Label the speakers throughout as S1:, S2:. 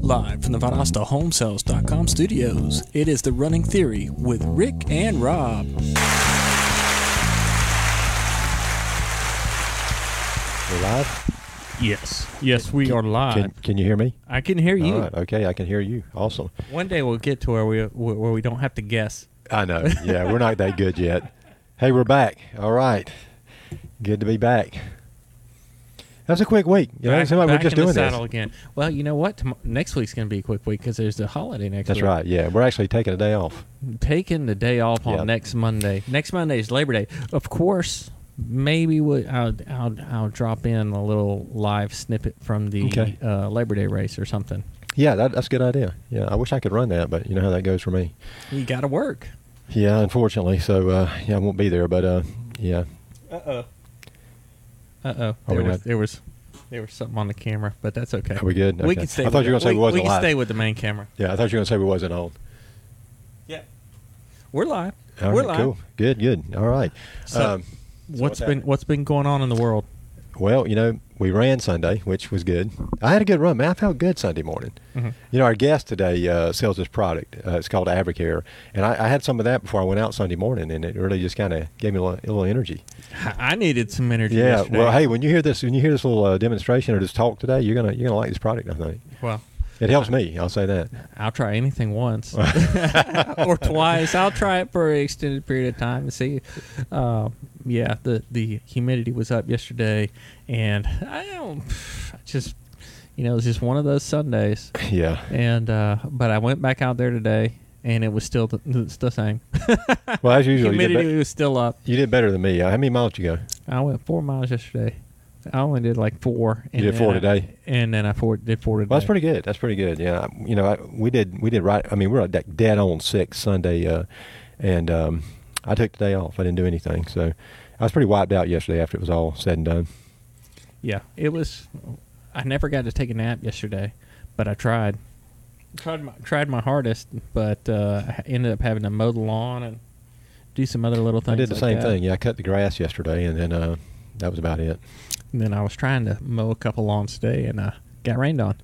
S1: Live from the VanOstaHomeSales.com studios, it is The Running Theory with Rick and Rob.
S2: We're live.
S3: Yes. Yes, we are live.
S2: Can, can you hear me?
S3: I can hear you.
S2: All right. Okay, I can hear you. Awesome.
S3: One day we'll get to where we where we don't have to guess.
S2: I know. Yeah, we're not that good yet. Hey, we're back. All right. Good to be back. That's a quick week. You know, it
S3: Back-
S2: seemed like we're
S3: back
S2: just
S3: in the
S2: doing this.
S3: saddle again. Well, you know what? Tom- next week's going to be a quick week because there's the holiday next
S2: That's
S3: week.
S2: right. Yeah, we're actually taking a day off.
S3: Taking the day off on
S2: Yeah.
S3: next Monday. Next Monday is Labor Day. Of course, maybe we, I'll, I'll, I'll drop in a little live snippet from the
S2: Okay.
S3: uh, Labor Day race or something.
S2: Yeah, that, that's a good idea. Yeah, I wish I could run that, but you know how that goes for me.
S3: You got to work.
S2: Yeah, unfortunately. So uh, yeah, I won't be there. But uh, yeah,
S3: Uh oh.
S2: Are we
S3: There was,
S2: not-
S3: there was there was something on the camera, but that's okay.
S2: Are we good?
S3: We
S2: Okay.
S3: can stay.
S2: I thought
S3: with
S2: you were
S3: the-
S2: gonna say we
S3: we,
S2: wasn't
S3: we can
S2: live.
S3: stay with the main camera.
S2: yeah. I thought you were gonna say we wasn't on.
S3: Yeah. We're live.
S2: All
S3: We're
S2: right,
S3: live.
S2: cool. Good. Good. All right.
S3: So-
S2: um,
S3: what's
S2: what's
S3: been
S2: happening?
S3: what's been going on in the world?
S2: Well, you know, we ran Sunday, which was good. I had a good run, man. I felt good Sunday morning.
S3: Mhm.
S2: You know, our guest today uh, sells this product. Uh, it's called Avricare, and I, I had some of that before I went out Sunday morning, and it really just kind of gave me a little, a little energy.
S3: I needed some energy.
S2: Yeah.
S3: yesterday.
S2: Well, hey, when you hear this, when you hear this little uh, demonstration or this talk today, you're gonna you're gonna like this product. I think
S3: Well,
S2: it helps me. I'll say that.
S3: I'll try anything once or twice. I'll try it for an extended period of time and see. Uh, yeah, the the humidity was up yesterday, and I don't I just you know it was just one of those Sundays.
S2: Yeah.
S3: And uh, but I went back out there today, and it was still the, it's the same.
S2: Well, as usual, you did,
S3: humidity
S2: be-
S3: was still up.
S2: you did better than me. Uh, How many miles did you go?
S3: I went four miles yesterday. I only did like four. And
S2: did
S3: then
S2: four
S3: I-
S2: today?
S3: and then I four, did four today.
S2: Well, that's pretty good. That's pretty good. Yeah, I- you know, I, we did we did right. I mean, we were like de- dead on six Sunday, uh, and um, I took the day off. I didn't do anything, so I was pretty wiped out yesterday after it was all said and done.
S3: Yeah, it was. I never got to take a nap yesterday, but I tried. Tried my tried my hardest, but uh, I ended up having to mow the lawn and do some other little things.
S2: I did the
S3: like
S2: same
S3: that.
S2: thing. Yeah, I cut the grass yesterday, and then uh, that was about it.
S3: And then I was trying to mow a couple lawns today, and I got rained on.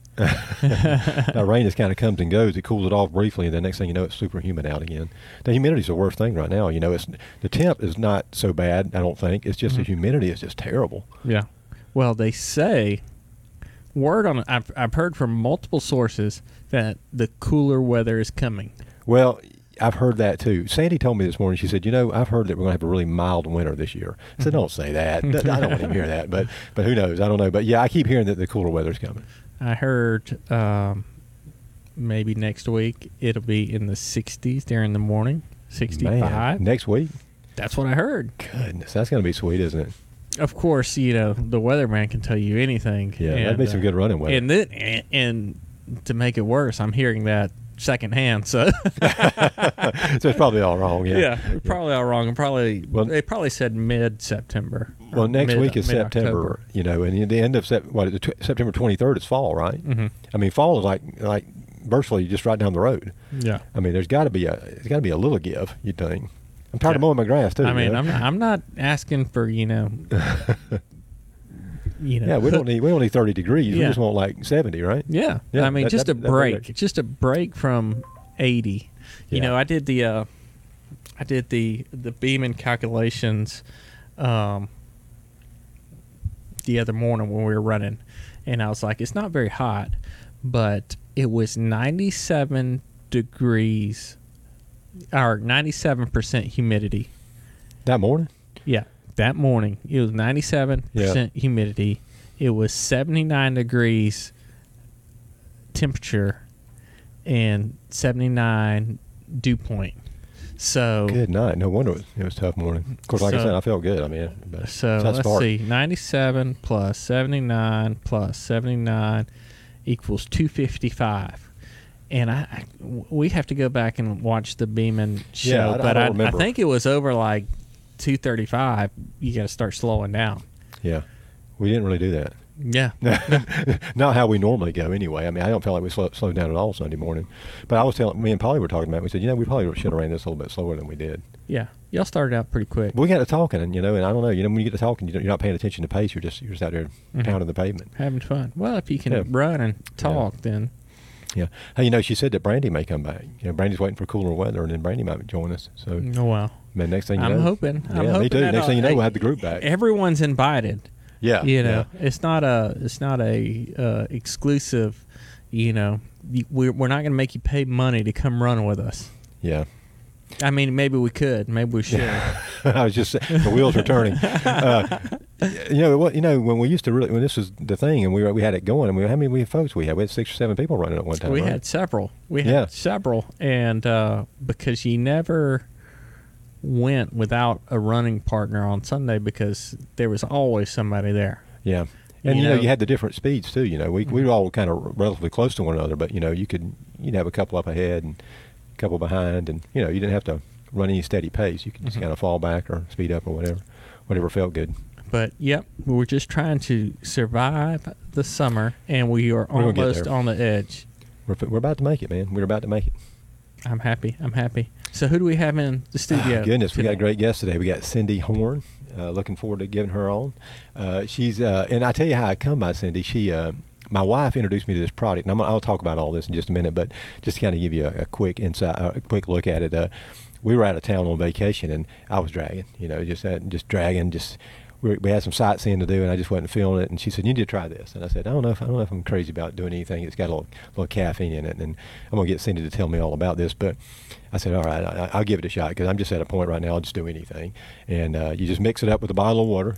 S2: now rain just kind of comes and goes. It cools it off briefly, and the next thing you know, it's super humid out again. The humidity's the worst thing right now. You know, it's the temp is not so bad. I don't think it's
S3: Mm-hmm.
S2: just the humidity is just terrible.
S3: Yeah. Well, they say word on I've I've heard from multiple sources that the cooler weather is coming.
S2: Well, I've heard that too. Sandy told me this morning. She said, "You know, I've heard that we're going to have a really mild winter this year." I said, "Don't say that.
S3: Mm-hmm.
S2: That- I don't want to hear that." But but who knows? I don't know. But yeah, I keep hearing that the cooler weather's coming.
S3: I heard um, maybe next week it'll be in the 60s during the morning, 65.
S2: Man, next week.
S3: That's what I heard.
S2: Goodness, that's going to be sweet, isn't it?
S3: Of course, you know the weatherman can tell you anything.
S2: Yeah, that'd
S3: and,
S2: be some
S3: uh,
S2: good running weather.
S3: And then and, and to make it worse, I'm hearing that secondhand. So
S2: so it's probably all wrong. Yeah.
S3: yeah, probably all wrong. And probably
S2: Well-
S3: they probably said mid September.
S2: Well, next week is September, you know, and at the end of sep- what, the tw- September 23rd is fall, right?
S3: Mm-hmm.
S2: I mean, fall is like like virtually just right down the road.
S3: Yeah.
S2: I mean, there's got to be a there's got to be a little give. You'd think. I'm tired
S3: Yeah.
S2: of mowing my grass too.
S3: I
S2: you
S3: mean,
S2: know?
S3: I'm I'm not asking for you know, you know.
S2: Yeah, we don't need we don't need thirty degrees. We
S3: Yeah.
S2: just want like seventy, right?
S3: Yeah,
S2: Yeah,
S3: I mean,
S2: that-
S3: just
S2: that-
S3: a
S2: that would
S3: break,
S2: work.
S3: just a break from eighty. You
S2: Yeah.
S3: know, I did the, uh, I did the the Beeman calculations, um, the other morning when we were running, and I was like, it's not very hot, but it was ninety seven degrees, or ninety seven percent humidity.
S2: That morning.
S3: Yeah, that morning it was 97% humidity. It was 79 degrees temperature and 79 dew point. So
S2: Good night. No wonder it was, it was a tough morning. Of course, like I
S3: Oh. So-
S2: said, I felt good. I mean, but
S3: so
S2: that's
S3: let's
S2: smart.
S3: see 97 plus 79 plus 79 equals 255. And I, I- we have to go back and watch the Beeman show,
S2: Yeah, I- I
S3: but
S2: don't
S3: I, I
S2: remember.
S3: think it was over like 235. You got to start slowing down.
S2: Yeah, we didn't really do that.
S3: Yeah.
S2: Not how we normally go, anyway. I mean, I don't feel like we slow, slowed down at all Sunday morning. But I was telling me and Polly were talking about. It. We said, you know, we probably should have ran this a little bit slower than we did.
S3: Yeah, y'all started out pretty quick.
S2: But we got to talking, and you know, and I don't know. You know, when you get to talking, you don't- you're not paying attention to pace. You're just you're just out there
S3: Mhm.
S2: pounding the pavement.
S3: Having fun. Well, if you can
S2: Yeah.
S3: run and talk, then
S2: Yeah. Hey, you know, she said that Brandy may come back. You know, Brandy's waiting for cooler weather, and then Brandy might join us. So,
S3: Oh wow.
S2: man, next thing you know,
S3: I'm hoping. I'm
S2: yeah,
S3: hoping
S2: me too.
S3: that
S2: Next
S3: I'll-
S2: thing you know,
S3: hey,
S2: we'll have the group back.
S3: Everyone's invited.
S2: yeah,
S3: you know, it's not a it's not a uh, exclusive. You know, you- we're we're not going to make you pay money to come run with us.
S2: yeah.
S3: I mean, maybe we could. Maybe we should.
S2: I was just the wheels were turning. Uh, you know what? You know when we used to really when this was the thing, and we were, we had it going, and we how many we folks we had? We had six or seven people running at one time.
S3: we
S2: right?
S3: had several. We had
S2: Yeah.
S3: several, and uh, because you never went without a running partner on Sunday because there was always somebody there.
S2: Yeah. And
S3: You
S2: you, know,
S3: know-
S2: you had the different speeds too. You know, we we were all kind of relatively close to one another, but you know, you could you'd have a couple up ahead and a couple behind, and you know, you didn't have to run any steady pace. You could
S3: Mm-hmm.
S2: just kind of fall back or speed up or whatever, whatever felt good.
S3: But yep, we're just trying to survive the summer, and we are
S2: We'll get
S3: almost
S2: there.
S3: on the edge.
S2: We're fi- we're about to make it, man. We're about to make it.
S3: I'm happy. I'm happy. So who do we have in the studio?
S2: Ah, Goodness, we got a
S3: today?
S2: great guest today. We got Cindy Horn. Uh, looking forward to giving her on. Uh, she's uh, and I tell you how I come by Cindy. She, uh, my wife, introduced me to this product, and I'm, gonna- I'll talk about all this in just a minute. But just to kind of give you a, a quick insight, a quick look at it. Uh, we were out of town on vacation, and I was dragging. You know, just that, just dragging, just. We we had some sightseeing to do, and I just wasn't feeling it. And she said, "You need to try this." And I said, "I don't know if I don't know if I'm crazy about doing anything. It's got a little, little caffeine in it, and I'm gonna get Cindy to tell me all about this." But I said, "All right, I, I'll give it a shot because I'm just at a point right now. I'll just do anything." And uh, you just mix it up with a bottle of water,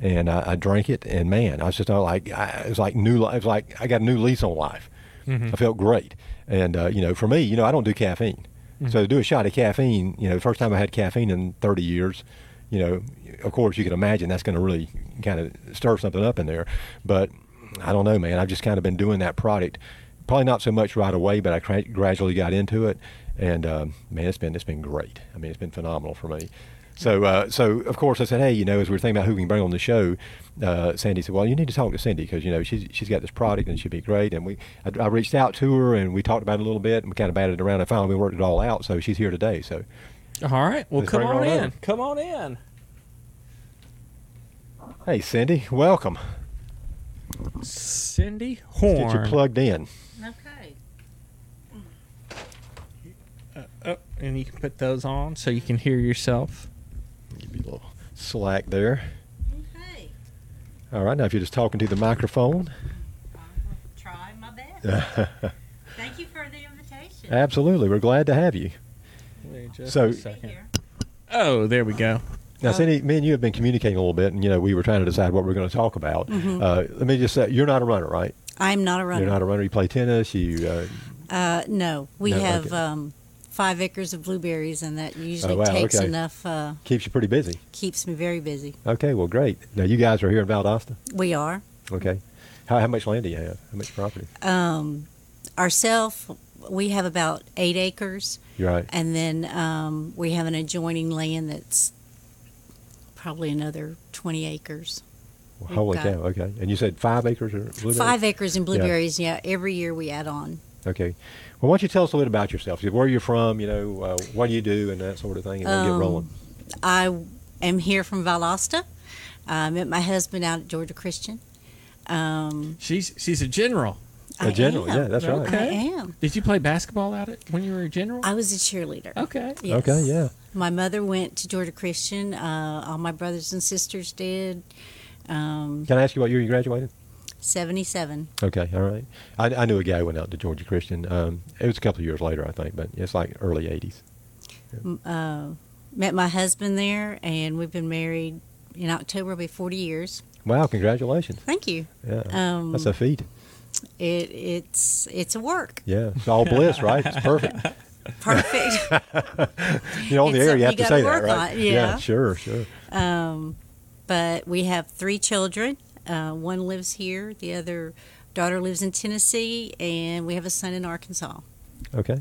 S2: and I, I drank it. And man, I was just all like, I, it was like new. li- It was like I got a new lease on life. I felt great. And uh, you know, for me, you know, I don't do caffeine, so to do a shot of caffeine, you know, the first time I had caffeine in 30 years, you know, of course you can imagine that's going to really kind of stir something up in there. But I don't know, man. I've just kind of been doing that product, probably not so much right away, but I cra- gradually got into it, and um, man, it's been it's been great. I mean, it's been phenomenal for me. So, uh, so of course, I said, hey, you know, as we were thinking about who we can bring on the show, uh, Sandy said, well, you need to talk to Cindy because you know she's she's got this product and she'd be great. And we, I, I reached out to her and we talked about it a little bit and we kind of batted it around and finally we worked it all out. So she's here today. So,
S3: All right. Well,
S2: Let's
S3: come
S2: bring her
S3: on
S2: on
S3: in.
S2: over.
S3: Come on in.
S2: hey, Cindy, welcome.
S3: Cindy
S2: Let's
S3: Horn.
S2: Get you plugged in.
S4: Okay.
S3: Oh, and you can put those on so you can hear yourself.
S2: Give you a little slack there.
S4: Okay.
S2: All right, now if you're just talking to the microphone,
S4: I will try my best. Thank you for the invitation.
S2: absolutely, we're glad to have you. So- a
S4: Be here.
S3: Oh, there we go.
S2: Now, Cindy, me and you have been communicating a little bit, and you know we were trying to decide what we are going to talk about. Uh, let me just say, you're not a runner, right?
S5: I'm not a runner.
S2: You're not a runner. You play tennis. You uh,
S5: uh, no, we
S2: No,
S5: have
S2: okay.
S5: um, five acres of blueberries, and that usually
S2: Oh, wow,
S5: takes
S2: okay.
S5: enough, uh,
S2: keeps you pretty busy.
S5: keeps me very busy.
S2: Okay, well, great. Now you guys are here in Valdosta.
S5: We are
S2: Okay, how, how much land do you have? How much property?
S5: um, ourself. We have about eight acres,
S2: You're right.
S5: and then um, we have an adjoining land that's probably another 20 acres.
S2: Well, holy
S5: got-
S2: cow. Okay, and you said five acres or blueberries?
S5: Five acres in blueberries. Yeah. every year we add on.
S2: Okay. Well, why don't you tell us a little bit about yourself? Where you're from? You know, uh, what do you do, and that sort of thing, and we'll get
S5: Um,
S2: rolling.
S5: I am here from Valdosta. I met my husband out at Georgia Christian. Um,
S3: She's she's a general.
S2: A
S5: I
S2: general,
S5: am.
S2: Uh, yeah, that's right.
S5: I am.
S3: Did you play basketball out it when you were a general?
S5: I was a cheerleader.
S3: okay.
S5: Yes.
S2: Okay, yeah.
S5: My mother went to Georgia Christian. Uh, all my brothers and sisters did. Um,
S2: Can I ask you what year you graduated?
S5: 77.
S2: Okay, all right. I, I knew a guy who went out to Georgia Christian. Um, it was a couple of years later, I think, but it's like early '80s.
S5: Met my husband there, and we've been married in October, will be 40 years.
S2: Wow, congratulations!
S5: Thank you.
S2: Yeah,
S5: Um,
S2: that's a feat.
S5: It, it's it's a work.
S2: Yeah, it's all bliss, right? It's perfect.
S5: Perfect.
S2: You know, on the
S5: It's
S2: air, you
S5: something
S2: have
S5: you
S2: to
S5: gotta
S2: say that,
S5: work
S2: right?
S5: on, yeah.
S2: sure, sure.
S5: um, but we have three children. Uh, one lives here, the other daughter lives in Tennessee, and we have a son in Arkansas.
S2: Okay.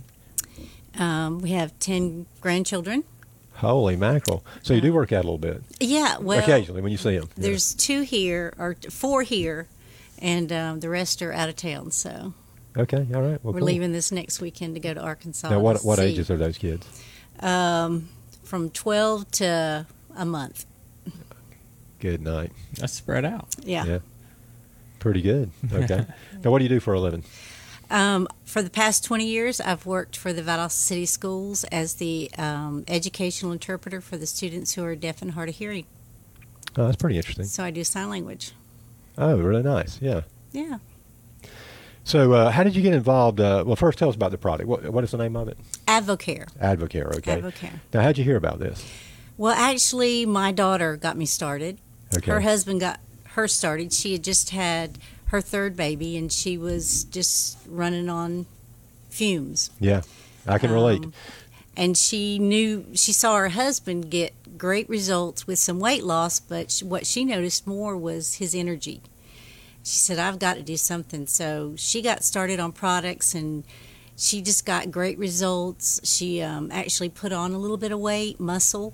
S5: Um, we have 10 grandchildren.
S2: Holy mackerel! So you do work out a little bit
S5: Yeah, well,
S2: occasionally when you see him.
S5: There's two here or t- four here, and um, the rest are out of town. So
S2: Okay, all right. Well,
S5: we're
S2: cool.
S5: leaving this next weekend to go to Arkansas.
S2: Now, what
S5: to
S2: what
S5: see um,
S2: ages are those kids?
S5: From 12 to a month.
S2: Good night.
S3: That's spread out.
S5: Yeah.
S2: Yeah. Pretty good. Okay. now, what do you do for a living?
S5: Um, for the past 20 years, I've worked for the Valdosta City Schools as the um, educational interpreter for the students who are deaf and hard of hearing.
S2: Oh, that's pretty interesting.
S5: So I do sign language.
S2: Oh, really nice. Yeah.
S5: Yeah.
S2: So, uh, how did you get involved? Uh, well, first, tell us about the product. What, what is the name of it?
S5: Advocare.
S2: Advocare. Okay.
S5: Advocare.
S2: Now, how'd you hear about this?
S5: Well, actually, my daughter got me started.
S2: Okay.
S5: Her husband got her started. She had just had her third baby and she was just running on fumes.
S2: Yeah, I can relate.
S5: Um, and she knew, she saw her husband get great results with some weight loss, but sh what she noticed more was his energy. She said, I've got to do something. So she got started on products and she just got great results. She um, actually put on a little bit of weight, muscle,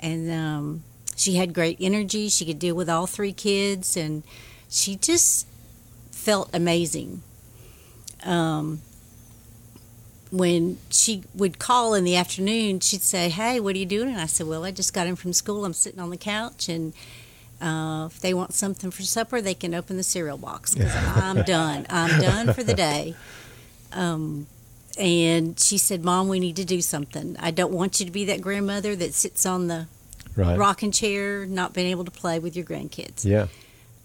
S5: and um, she had great energy. She could deal with all three kids, and she just felt amazing. Um, when she would call in the afternoon, she'd say, "Hey, what are you doing?" And I said, "Well, I just got in from school. I'm sitting on the couch, and uh, if they want something for supper, they can open the cereal box because I'm done. I'm done for the day." Um, and she said, "Mom, we need to do something. I don't want you to be that grandmother that sits on the
S2: Right.
S5: rocking chair, not being able to play with your grandkids."
S2: Yeah.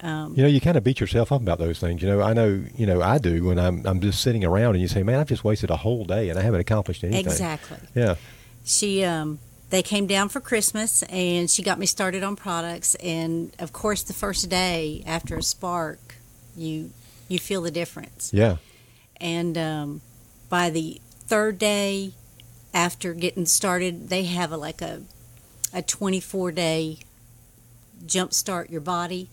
S5: Um,
S2: You know, you kind of beat yourself up about those things. You know, I know, you know, I do when I'm, I'm just sitting around and you say, man, I've just wasted a whole day and I haven't accomplished anything.
S5: exactly.
S2: Yeah.
S5: she um they came down for christmas and she got me started on products and of course the first day after a spark you you feel the difference
S2: Yeah.
S5: and um by the third day after getting started they have a, like a a 24 day jump start your body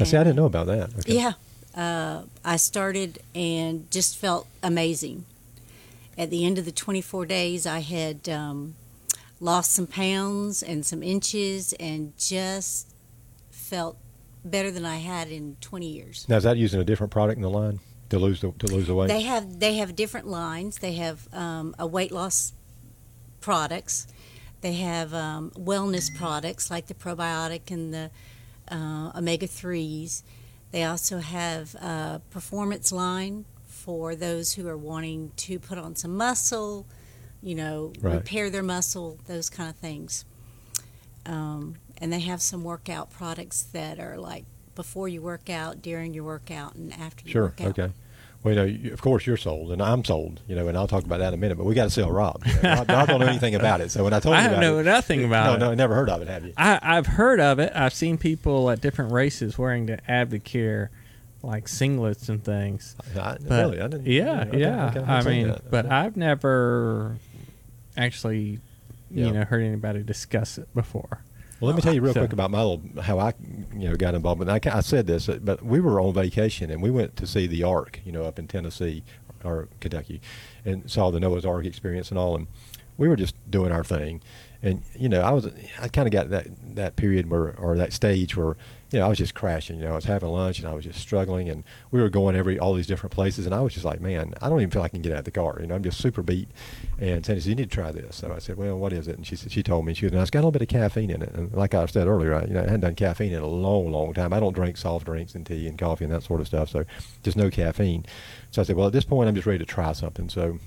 S2: I see, I didn't know about that. Okay.
S5: yeah. Uh, I started and just felt amazing. At the end of the 24 days, I had um, lost some pounds and some inches and just felt better than I had in 20 years.
S2: Now, is that using a different product in the line to lose the, to lose the weight?
S5: They have they have different lines. They have um, a weight loss products. They have um, wellness products like the probiotic and the uh, omega threes. They also have a performance line for those who are wanting to put on some muscle, you know,
S2: Right.
S5: repair their muscle, those kind of things. Um, and they have some workout products that are like before you work out, during your workout, and after you
S2: Sure.
S5: work out.
S2: Okay. Well, you know, you, of course you're sold, and I'm sold. You know, and I'll talk about that in a minute. But we got to sell Rob. You know, Rob, Rob don't know anything about it. So when I told
S3: I
S2: you about
S3: know
S2: it,
S3: nothing about
S2: no,
S3: it.
S2: no, never heard of it. Have you?
S3: I, I've heard of it. I've seen people at different races wearing the Advocare, like singlets and things.
S2: I,
S3: But-
S2: really? I didn't.
S3: Yeah,
S2: okay,
S3: yeah.
S2: okay, I've
S3: I
S2: seen
S3: mean,
S2: that.
S3: but I've never actually,
S2: Yeah.
S3: you know, heard anybody discuss it before.
S2: Well, let me tell you real
S3: So-
S2: quick about my little how I you know got involved. And I, ca- I said this, uh, but we were on vacation and we went to see the Ark, you know, up in Tennessee or Kentucky, and saw the Noah's Ark experience and all. And we were just doing our thing, and you know, I was I kind of got that that period where or that stage where you know I was just crashing. You know, I was having lunch and I was just struggling, and we were going every all these different places, and I was just like, man, I don't even feel like I can get out of the car. You know, I'm just super beat. And Sandy said, you need to try this. So I said, well, what is it? And she said, she told me, she goes, now it's got a little bit of caffeine in it. And like I said earlier, I, you know, I hadn't done caffeine in a long, long time. I don't drink soft drinks and tea and coffee and that sort of stuff. So just no caffeine. So I said, well, at this point, I'm just ready to try something. So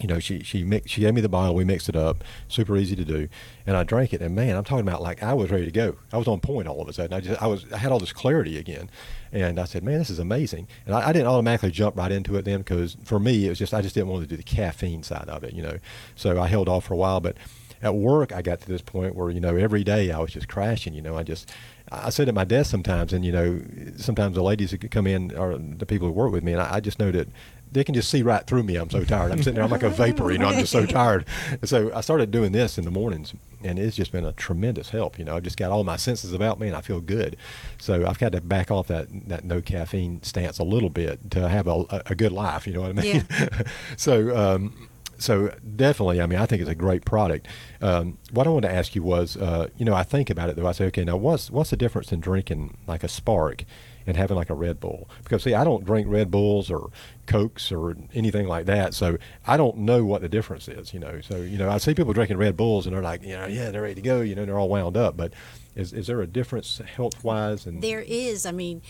S2: you know, she she mix, she gave me the bottle. We mixed it up, super easy to do, and I drank it. And man, I'm talking about like I was ready to go. I was on point all of a sudden. I just I was I had all this clarity again, and I said, man, this is amazing. And I, I didn't automatically jump right into it then because for me it was just I just didn't want to do the caffeine side of it, you know. So I held off for a while, but at work I got to this point where you know every day I was just crashing. You know, I just I sit at my desk sometimes, and you know, sometimes the ladies that come in or the people who work with me, and I, I just know that they can just see right through me. I'm so tired. I'm sitting there, I'm like a vapor. You know, I'm just so tired. And so I started doing this in the mornings, and it's just been a tremendous help. You know, I've just got all my senses about me, and I feel good. So I've got to back off that that no caffeine stance a little bit to have a, a- a good life. You know what I mean? so. Um, so definitely, I mean, I think it's a great product. Um, what I wanted to ask you was, uh, you know, I think about it though. I say, okay, now what's what's the difference in drinking like a Spark and having like a Red Bull? Because see, I don't drink Red Bulls or Cokes or anything like that, so I don't know what the difference is. You know, so you know, I see people drinking Red Bulls and they're like, you know, yeah, they're ready to go. You know, they're all wound up. But is is there a difference health wise? And
S5: There is. I mean,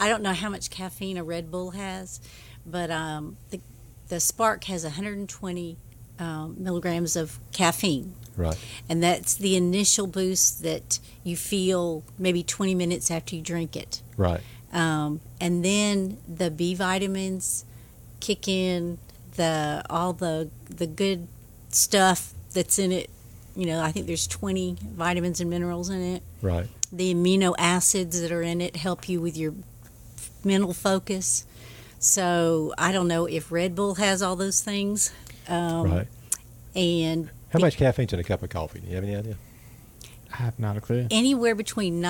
S5: I don't know how much caffeine a Red Bull has, But um, the, the Spark has 120 um, milligrams of caffeine,
S2: Right.
S5: and that's the initial boost that you feel maybe 20 minutes after you drink it.
S2: Right.
S5: Um, and then the B vitamins kick in the all the the good stuff that's in it. You know, I think there's 20 vitamins and minerals in it.
S2: Right.
S5: The amino acids that are in it help you with your mental focus. So I don't know if Red Bull has all those things. Um,
S2: right.
S5: And
S2: How much caffeine's in a cup of coffee? Do you have any idea?
S3: I have not a clue.
S5: anywhere between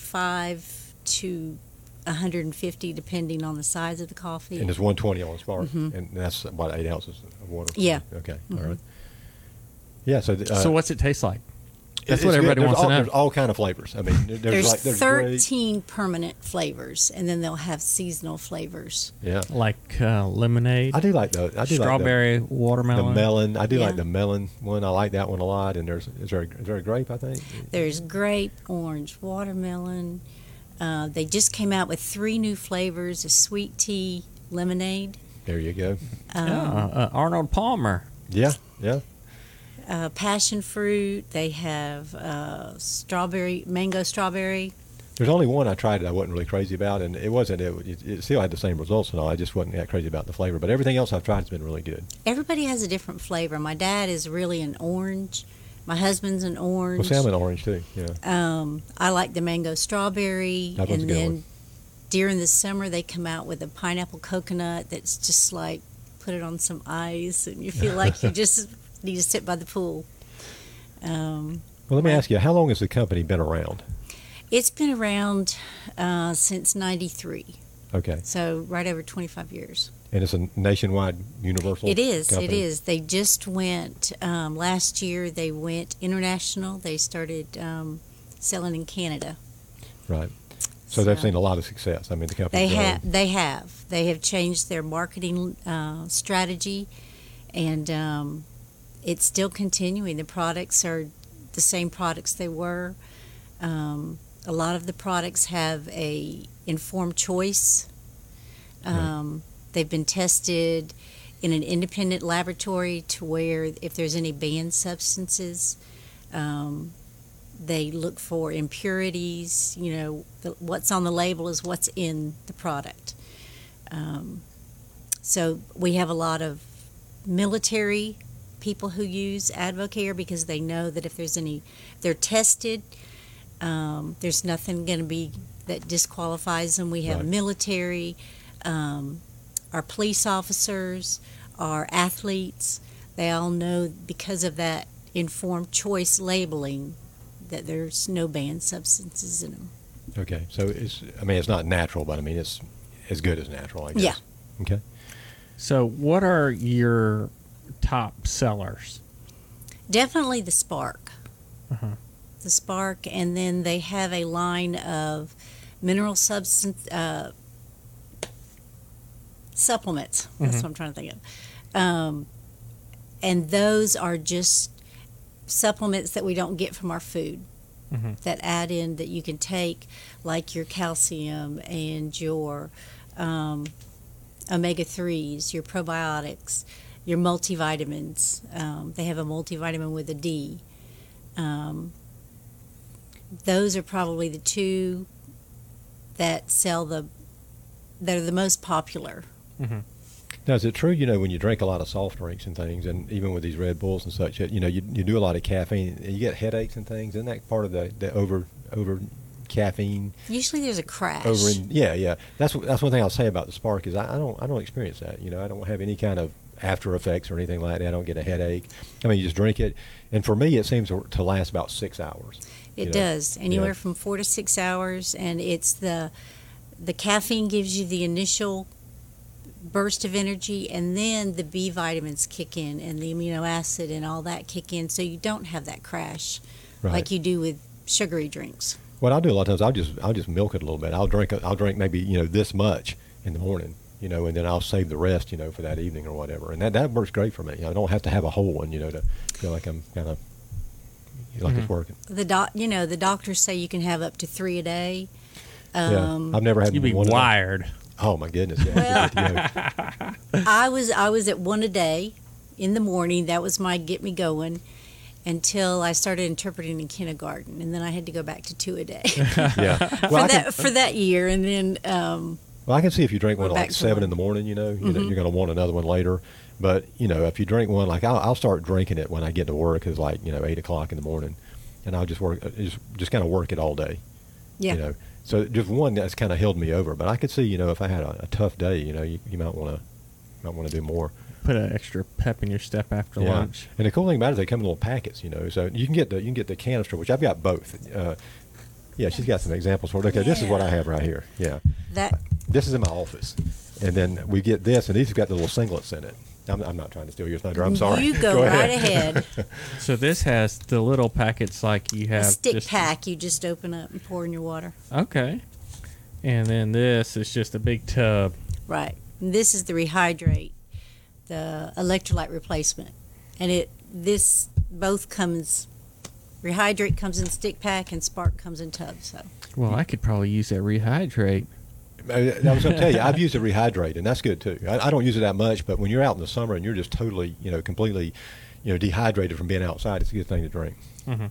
S5: 95 to 150, depending on the size of the coffee.
S2: And it's 120 on the spark, and that's about eight ounces of water.
S5: Yeah.
S2: Okay. all
S5: Mhm.
S2: right. Yeah. So. th- Uh,
S3: so what's it taste like?
S2: it-
S3: That's
S2: it's
S3: what
S2: good.
S3: everybody
S2: There's
S3: wants
S2: all,
S3: to know.
S2: There's all kind of flavors. I mean, there's,
S5: There's,
S2: like there's grape-
S5: 13 permanent flavors, and then they'll have seasonal flavors.
S2: Yeah.
S3: like uh, lemonade,
S2: I do like the I do
S3: strawberry,
S2: like the,
S3: watermelon.
S2: the melon. I do like the
S5: Yeah.
S2: melon one. I like that one a lot. And there's is there a, is there a grape? I think.
S5: There's grape, orange, watermelon. Uh, they just came out with three new flavors a sweet tea lemonade,
S2: There you go.
S5: um,
S3: Yeah, uh, Arnold Palmer.
S2: Yeah. Yeah.
S5: uh, passion fruit. They have uh, strawberry, mango strawberry.
S2: There's only one I tried that I wasn't really crazy about, and it wasn't. It, it, it still had the same results and all. I just wasn't that crazy about the flavor, but everything else I've tried has been really good.
S5: Everybody has a different flavor. My dad is really an orange. My husband's an
S2: Well,
S5: orange.
S2: salmon orange too. Yeah.
S5: Um, I like the mango strawberry,
S2: That one's a
S5: and
S2: good
S5: then
S2: one.
S5: during the summer they come out with a pineapple coconut that's just like put it on some ice, and you feel like you just need to sit by the pool. Um,
S2: Well, let me
S5: Right.
S2: ask you, how long has the company been around?
S5: it's been around uh, since '93,
S2: Okay,
S5: so right over 25 years.
S2: and it's a nationwide, universal.
S5: It is. It
S2: company?
S5: is. They just went um, last year. They went international. They started um, selling in Canada.
S2: Right. So, they've
S5: So-
S2: seen a lot of success. I mean, the company.
S5: They have. They have. They have changed their marketing uh, strategy, and um, it's still continuing. The products are the same products they were. Um, a lot of the products have a informed choice. Um, They've been tested in an independent laboratory to where if there's any banned substances. Um, they look for impurities. You know, the, what's on the label is what's in the product. Um, so we have a lot of military people who use Advocare because they know that if there's any, they're tested. Um, there's nothing going to be that disqualifies them. We have
S2: Right.
S5: military, um, our police officers, our athletes. They all know because of that informed choice labeling that there's no banned substances in them.
S2: Okay, so it's. I mean, it's not natural, but I mean, it's as good as natural. I guess.
S5: Yeah.
S2: Okay.
S3: So, what are your top sellers?
S5: Definitely the Spark.
S3: Uh-huh.
S5: The Spark, and then they have a line of mineral substance uh, supplements. That's
S3: Mhm.
S5: what I'm trying to think of. Um, and those are just supplements that we don't get from our food.
S3: Mhm.
S5: That add in that you can take, like your calcium and your um, omega 3s, your probiotics, your multivitamins. Um, they have a multivitamin with a D. Um, those are probably the two that sell the that are the most popular.
S2: Mm-hmm. Now, is it true? You know, when you drink a lot of soft drinks and things, and even with these Red Bulls and such, you know, you, you do a lot of caffeine, and you get headaches and things. Isn't that part of the, the over over caffeine?
S5: Usually, there's a crash.
S2: over in yeah yeah that's wh- that's one thing I'll say about the spark is I, I don't I don't experience that you know I don't have any kind of after effects or anything like that I don't get a headache I mean you just drink it and for me it seems to to last about six hours you
S5: It
S2: know.
S5: does anywhere
S2: Yeah.
S5: from four to six hours, and it's the the caffeine gives you the initial burst of energy, and then the B vitamins kick in, and the amino acid and all that kick in, so you don't have that crash
S2: right
S5: like you do with sugary drinks.
S2: what I'll do a lot of times I'll just I'll just milk it a little bit I'll drink a- I'll drink maybe you know this much in the morning you know and then I'll save the rest you know for that evening or whatever and that that works great for me I don't have to have a whole one you know to feel like I'm kind of like
S5: Mm-hmm.
S2: it's working
S5: The doc, you know, the doctors say you can have up to three a day. Um,
S2: yeah I've never had
S3: You'd be
S2: one of them.
S3: wired.
S2: Oh my goodness! Yeah,
S5: Well-
S2: good to
S5: I was I was at one a day in the morning. That was my get me going until I started interpreting in kindergarten, and then I had to go back to two a day
S2: go. yeah. Well, I can,
S5: for that for that year. And then um,
S2: well, I can see if you drink one
S5: We're
S2: at
S5: back
S2: like
S5: to
S2: seven
S5: one.
S2: in the morning, you know, you know you're going to want another one later. But you know, if you drink one, like I'll, I'll start drinking it when I get to work, is like you know eight o'clock in the morning, and I'll just work, uh, just just kind of work it all day.
S5: yeah,
S2: You know, so just one that's kind of held me over. But I could see, you know, if I had a, a tough day, you know, you, you might want to might want to do more.
S3: Put an extra pep in your step after lunch.
S2: And the cool thing about it is they come in little packets, you know. So you can get the you can get the canister, which I've got both. Uh, yeah, she's got some examples for it. Okay, this is what I have right here. Yeah,
S5: that
S2: this is in my office, and then we get this, and these have got the little singlets in it. I'm, I'm not trying to steal yours, thunder. I'm sorry.
S5: you go, right ahead.
S3: So this has the little packets like you
S5: a
S3: have
S5: stick
S3: just-
S5: pack you just open up and pour in your water.
S3: Okay. And then this is just a big tub.
S5: Right. And this is the rehydrate, the electrolyte replacement, and it this both comes. Rehydrate comes in stick pack and Spark comes in tub. So
S3: Well, I could probably use that rehydrate.
S2: I was going to tell you, I've used a rehydrate, and that's good too. I, I don't use it that much, but when you're out in the summer and you're just totally, you know, completely, you know, dehydrated from being outside, it's a good thing to drink.
S3: Mm-hmm.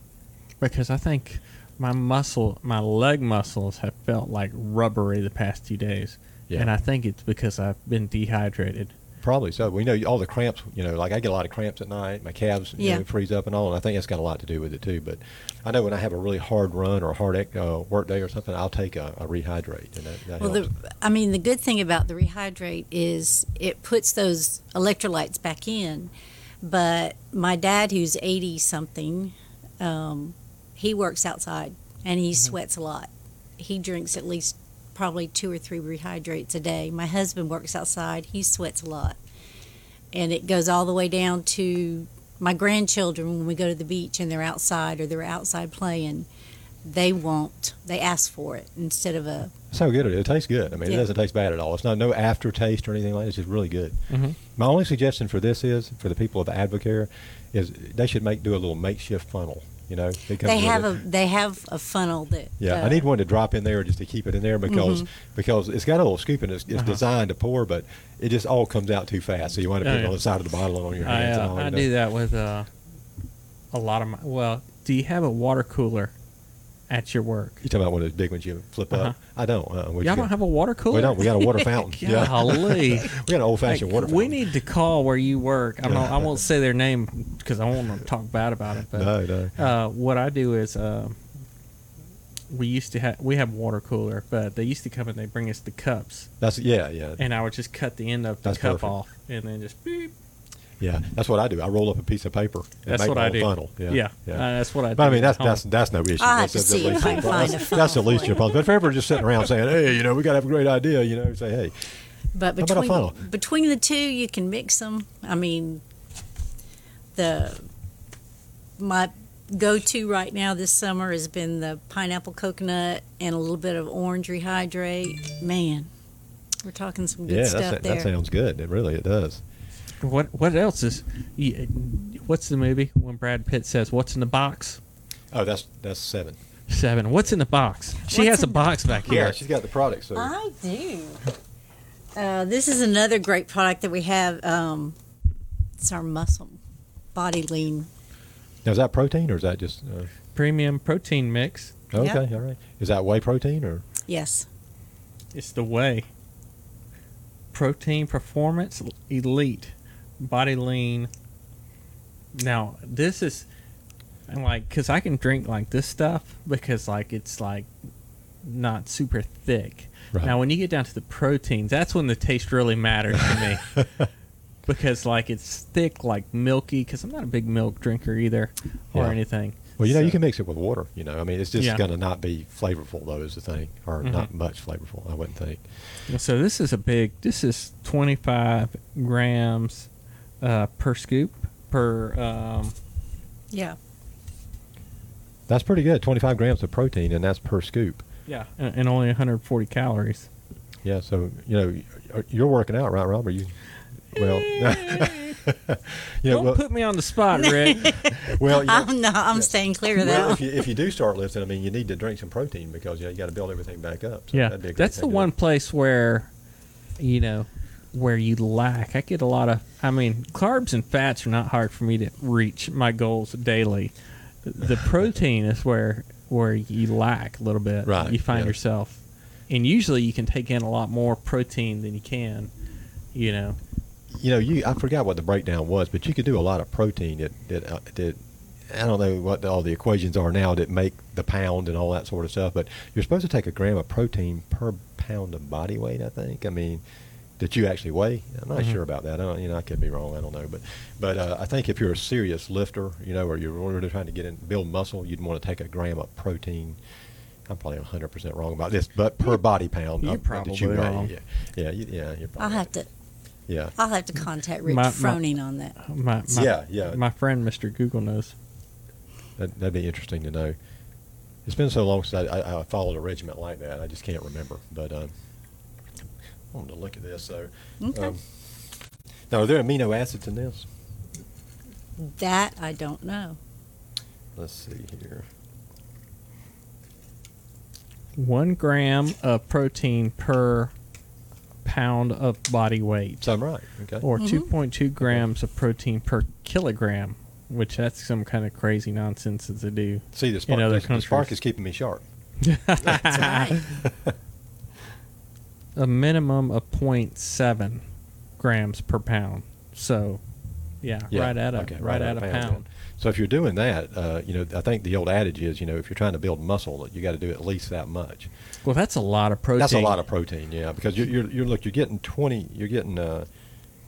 S3: because I think my muscle, my leg muscles have felt like rubbery the past few days,
S2: Yeah.
S3: and I think it's because I've been dehydrated.
S2: Probably so. We know all the cramps. You know, like I get a lot of cramps at night. My calves you
S5: Yeah.
S2: know, freeze up and all, and I think that's got a lot to do with it too. But I know when I have a really hard run or a hard ec- uh, work day or something, I'll take a, a rehydrate, and that, that
S5: Well,
S2: helps.
S5: the, I mean, the good thing about the rehydrate is it puts those electrolytes back in. But my dad, who's 80 something, um, he works outside and he
S2: Mm-hmm.
S5: sweats a lot. He drinks at least probably two or three rehydrates a day. My husband works outside, he sweats a lot. And it goes all the way down to my grandchildren when we go to the beach and they're outside or they're outside playing. They want, they ask for it instead of a
S2: That's how good it is. It tastes good. I mean, it
S5: Yeah.
S2: doesn't taste bad at all. It's not no aftertaste or anything like that. It's just really good.
S3: Mhm.
S2: My only suggestion for this is for the people of Advocare is they should make do a little makeshift funnel. You know, it comes
S5: They
S2: with
S5: have
S2: it.
S5: a they have a funnel that.
S2: Yeah,
S5: uh,
S2: I need one to drop in there just to keep it in there because
S5: Mm-hmm.
S2: because it's got a little scoop and it's,
S3: Uh-huh.
S2: it's designed to pour, but it just all comes out too fast. So you wind up
S3: Yeah,
S2: putting
S3: Oh,
S2: it
S3: yeah.
S2: on the side of the bottle and on your
S3: I,
S2: hands. and
S3: uh,
S2: all,
S3: I
S2: you know.
S3: do that with uh, a lot of my. Well, do you have a water cooler at your work?
S2: You talking about one of those big ones you flip
S3: Uh-huh.
S2: up? I don't. Uh, we
S3: Y'all don't have a water cooler?
S2: We don't. We got a water fountain. yeah,
S3: Golly.
S2: we got an old fashioned
S3: Like,
S2: water fountain.
S3: we need to call where you work. I'm not, I won't say their name because I won't want to talk bad about it. But
S2: No, no.
S3: Uh, what I do is um we used to have we have water cooler, but they used to come and they bring us the cups,
S2: That's yeah, yeah,
S3: and I would just cut the end of the
S2: That's
S3: cup
S2: perfect.
S3: off, and then just beep.
S2: yeah. That's what I do. I roll up a piece of paper. And
S3: Mm-hmm. That's
S2: make
S3: what
S2: my
S3: I
S2: own
S3: do.
S2: Funnel. Yeah,
S3: yeah, Uh, that's what I. do
S2: But I mean,
S3: at
S2: that's
S3: home.
S2: that's that's no issue.
S5: I'll
S2: that's,
S5: have to
S2: that's
S5: see
S2: the
S5: if
S2: least
S5: I
S2: of your
S5: can
S2: problems.
S5: find a
S2: That's the
S5: funnel
S2: least of your
S5: for you.
S2: problems. But if everybody's just sitting around saying, "Hey, you know, we got to have a great idea," you know, say, "Hey,
S5: but
S2: about a
S5: between
S2: funnel?
S5: between the two, you can mix them. I mean, the my go-to right now this summer has been the pineapple coconut and a little bit of orange rehydrate. Man, we're talking some good
S2: yeah,
S5: stuff
S2: that,
S5: there.
S2: that sounds good. It really it does."
S3: what what else is. y- What's the movie when Brad Pitt says, "What's in the box?"
S2: Oh, that's that's seven.
S3: Seven. What's in the box? She
S5: What's
S3: has a
S5: in the
S3: box back here.
S2: she's got the products. So.
S5: I do. Uh, this is another great product that we have. Um, it's our muscle body lean.
S2: Now, is that protein or is that just uh,
S3: Premium protein mix.
S2: okay? All right. Is that whey protein or
S5: Yes.
S3: It's the way. Protein Performance Elite Body Lean. Now, this is and like cuz I can drink like this stuff because like it's like not super thick.
S2: Right.
S3: Now, when you get down to the proteins, that's when the taste really matters to me. because like it's thick like milky cuz I'm not a big milk drinker either or
S2: Yeah.
S3: anything.
S2: well, you know,
S3: So-
S2: you can mix it with water. You know, I mean, it's just
S3: Yeah. Mm-hmm.
S2: going to not be flavorful though, is the thing, or not much flavorful. I wouldn't think.
S3: So this is a big. This is 25 grams uh, per scoop per. Um,
S5: Yeah.
S2: That's pretty good. Twenty-five grams of protein, and that's per scoop.
S3: yeah, and, and only 140 calories.
S2: Yeah. So you know, you're- you're working out, right, Rob? Are you? Well, you know,
S3: Don't
S2: well,
S3: put me on the spot, Rick.
S2: well, you know,
S5: I'm not. I'm staying clear of
S2: Oh,
S5: that.
S2: well,
S5: one.
S2: if you if you do start lifting, I mean, you need to drink some protein because you know you got to build everything back up. So
S3: yeah,
S2: that'd be a great
S3: that's the
S2: thing to do.
S3: one place where you know, where you lack. I get a lot of, I mean, carbs and fats are not hard for me to reach my goals daily. The protein is where where you lack a little bit.
S2: Right,
S3: You find
S2: yeah.
S3: yourself, and usually you can take in a lot more protein than you can. You know,
S2: you know, you I forgot what the breakdown was, but you could do a lot of protein that that uh, that I don't know what all the equations are now that make the pound and all that sort of stuff. But you're supposed to take a gram of protein per pound of body weight. I think. I mean, that you actually weigh. I'm not
S3: Mhm.
S2: sure about that. I don't, you know, I could be wrong. I don't know, but but uh, I think if you're a serious lifter, you know, or you're really trying to get in build muscle, you'd want to take a gram of protein. I'm probably 100 percent wrong about this, but per body pound,
S3: You're
S2: of- that you
S3: probably
S2: weigh.
S3: wrong.
S2: Yeah, yeah, you, yeah. You're probably
S5: I'll
S2: right.
S5: have to
S2: Yeah.
S5: I'll have to contact Rick
S3: My- my-
S5: Froning on that.
S3: my, my
S2: Yeah, yeah.
S3: my friend Mr. Google knows.
S2: That, that'd be interesting to know. It's been so long since I, I, I followed a regiment like that. I just can't remember. But um, I wanted to look at this. So,
S5: Okay.
S2: um, now are there amino acids in this?
S5: That I don't know.
S2: Let's see here.
S3: One gram of protein per pound of body weight.
S2: So I'm right. Okay.
S3: or
S5: Mhm.
S3: 2.2 grams of protein per kilogram, which that's some kind of crazy nonsense that they do.
S2: see the spark.
S3: other
S2: the- the spark
S3: countries.
S2: is keeping me sharp.
S5: That's right.
S3: A minimum of 0.7 grams per pound. So, yeah,
S2: Yeah,
S3: right at a
S2: okay,
S3: right, at a pound.
S2: then. So if you're doing that, uh, you know, I think the old adage is, you know, if you're trying to build muscle, you got to do at least that much.
S3: Well, that's a lot of protein.
S2: That's a lot of protein, yeah. Because you're, you're, you're look, you're getting twenty, you're getting uh,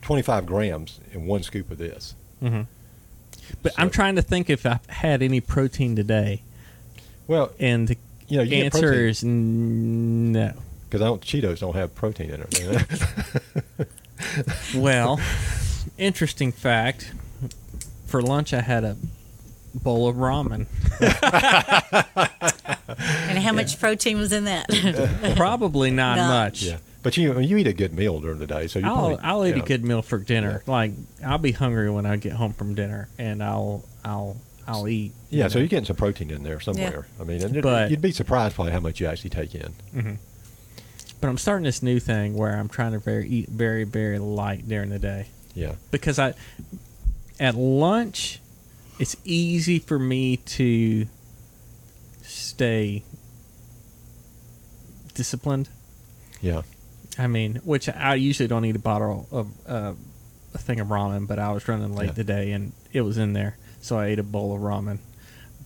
S2: twenty five grams in one scoop of this.
S3: hmm But I'm
S2: So-
S3: trying to think if I've had any protein today,
S2: Well,
S3: and the
S2: you know, you get
S3: answer is n- no.
S2: because I don't Cheetos don't have protein in it.
S3: Well, interesting fact. For lunch, I had a bowl of ramen.
S5: And how much protein was in that?
S3: Probably not
S5: No.
S3: much.
S2: yeah, but you you eat a good meal during the day, so you
S3: I'll
S2: probably,
S3: I'll eat
S2: yeah.
S3: a good meal for dinner. Like I'll be hungry when I get home from dinner, and I'll I'll I'll eat.
S2: Yeah, so you're getting some protein in there somewhere. I mean, and it-
S3: But-
S2: you'd be surprised probably how much you actually take in.
S3: But I'm starting this new thing where I'm trying to very eat very very light during the day
S2: Yeah,
S3: because I at lunch it's easy for me to stay disciplined.
S2: yeah,
S3: I mean, which I usually don't eat a bottle of uh, a thing of ramen, but I was running late
S2: Yeah.
S3: today and it was in there, so I ate a bowl of ramen.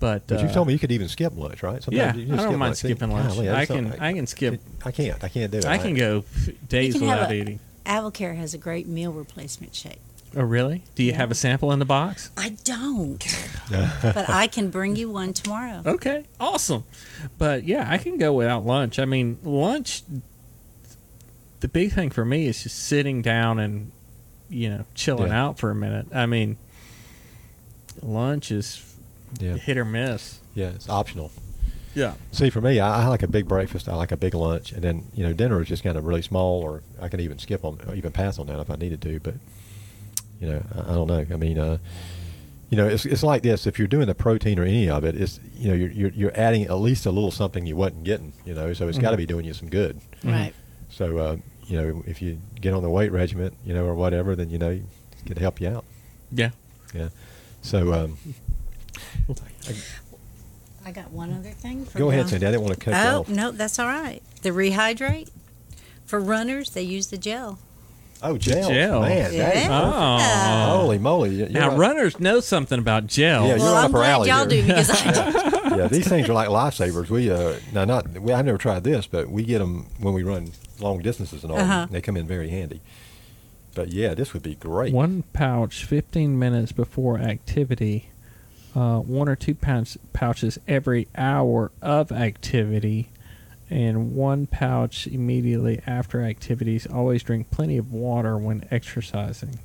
S3: But,
S2: but
S3: uh,
S2: you told me you could even skip lunch, right?
S3: yeah,
S2: Sometimes you
S3: I don't
S2: just skip
S3: mind
S2: lunch. See,
S3: skipping lunch.
S2: golly,
S3: I
S2: that's
S3: can
S2: something.
S3: I can skip.
S2: I can't. I can't do it.
S3: I can go f- days
S5: You can have
S3: without
S5: a-
S3: eating.
S5: Avocare has a great meal replacement shake.
S3: Oh, really? Do you have a sample in the box?
S5: I don't, but I can bring you one tomorrow.
S2: Oh.
S3: Okay, awesome. But yeah, I can go without lunch. I mean, lunch. The big thing for me is just sitting down and, you know, chilling
S2: Yeah.
S3: out for a minute. I mean, lunch is
S2: Yeah,
S3: hit or miss.
S2: yeah, it's optional.
S3: Yeah.
S2: See, for me, I, I like a big breakfast. I like a big lunch, and then you know, dinner is just kind of really small, or I can even skip on, or even pass on that if I needed to. But you know, I, I don't know. I mean, uh, you know, it's it's like this. If you're doing the protein or any of it, it's you know, you're you're, you're adding at least a little something you wasn't getting. You know, so it's got to be doing you some good.
S3: Mm-hmm.
S5: Right.
S2: So uh, you know, if you get on the weight regimen, you know, or whatever, then you know, it could help you out.
S3: Yeah.
S2: Yeah. So um,
S5: I got one other thing for
S2: go
S5: you.
S2: ahead, Cindy. I didn't want to cut you
S5: Oh,
S2: off.
S5: no, that's all right. The rehydrate for runners, they use the gel.
S2: Oh, gel,
S3: Gel.
S2: man. that is-
S5: Yeah.
S3: Oh.
S2: Holy moly! you- you're
S3: Now
S2: right.
S3: runners know something about gel.
S2: Yeah, You're
S5: well,
S2: right
S5: I'm
S2: up our
S5: glad
S2: alley
S5: y'all
S2: here.
S5: do because I,
S2: yeah, these things are like lifesavers. We uh, now not we, I've never tried this, but we get them when we run long distances and all.
S5: Uh-huh.
S2: They come in very handy. But yeah, this would be great.
S3: One pouch, 15 minutes before activity. Uh, one or two pounds, pouches every hour of activity, and one pouch immediately after activities. Always drink plenty of water when exercising.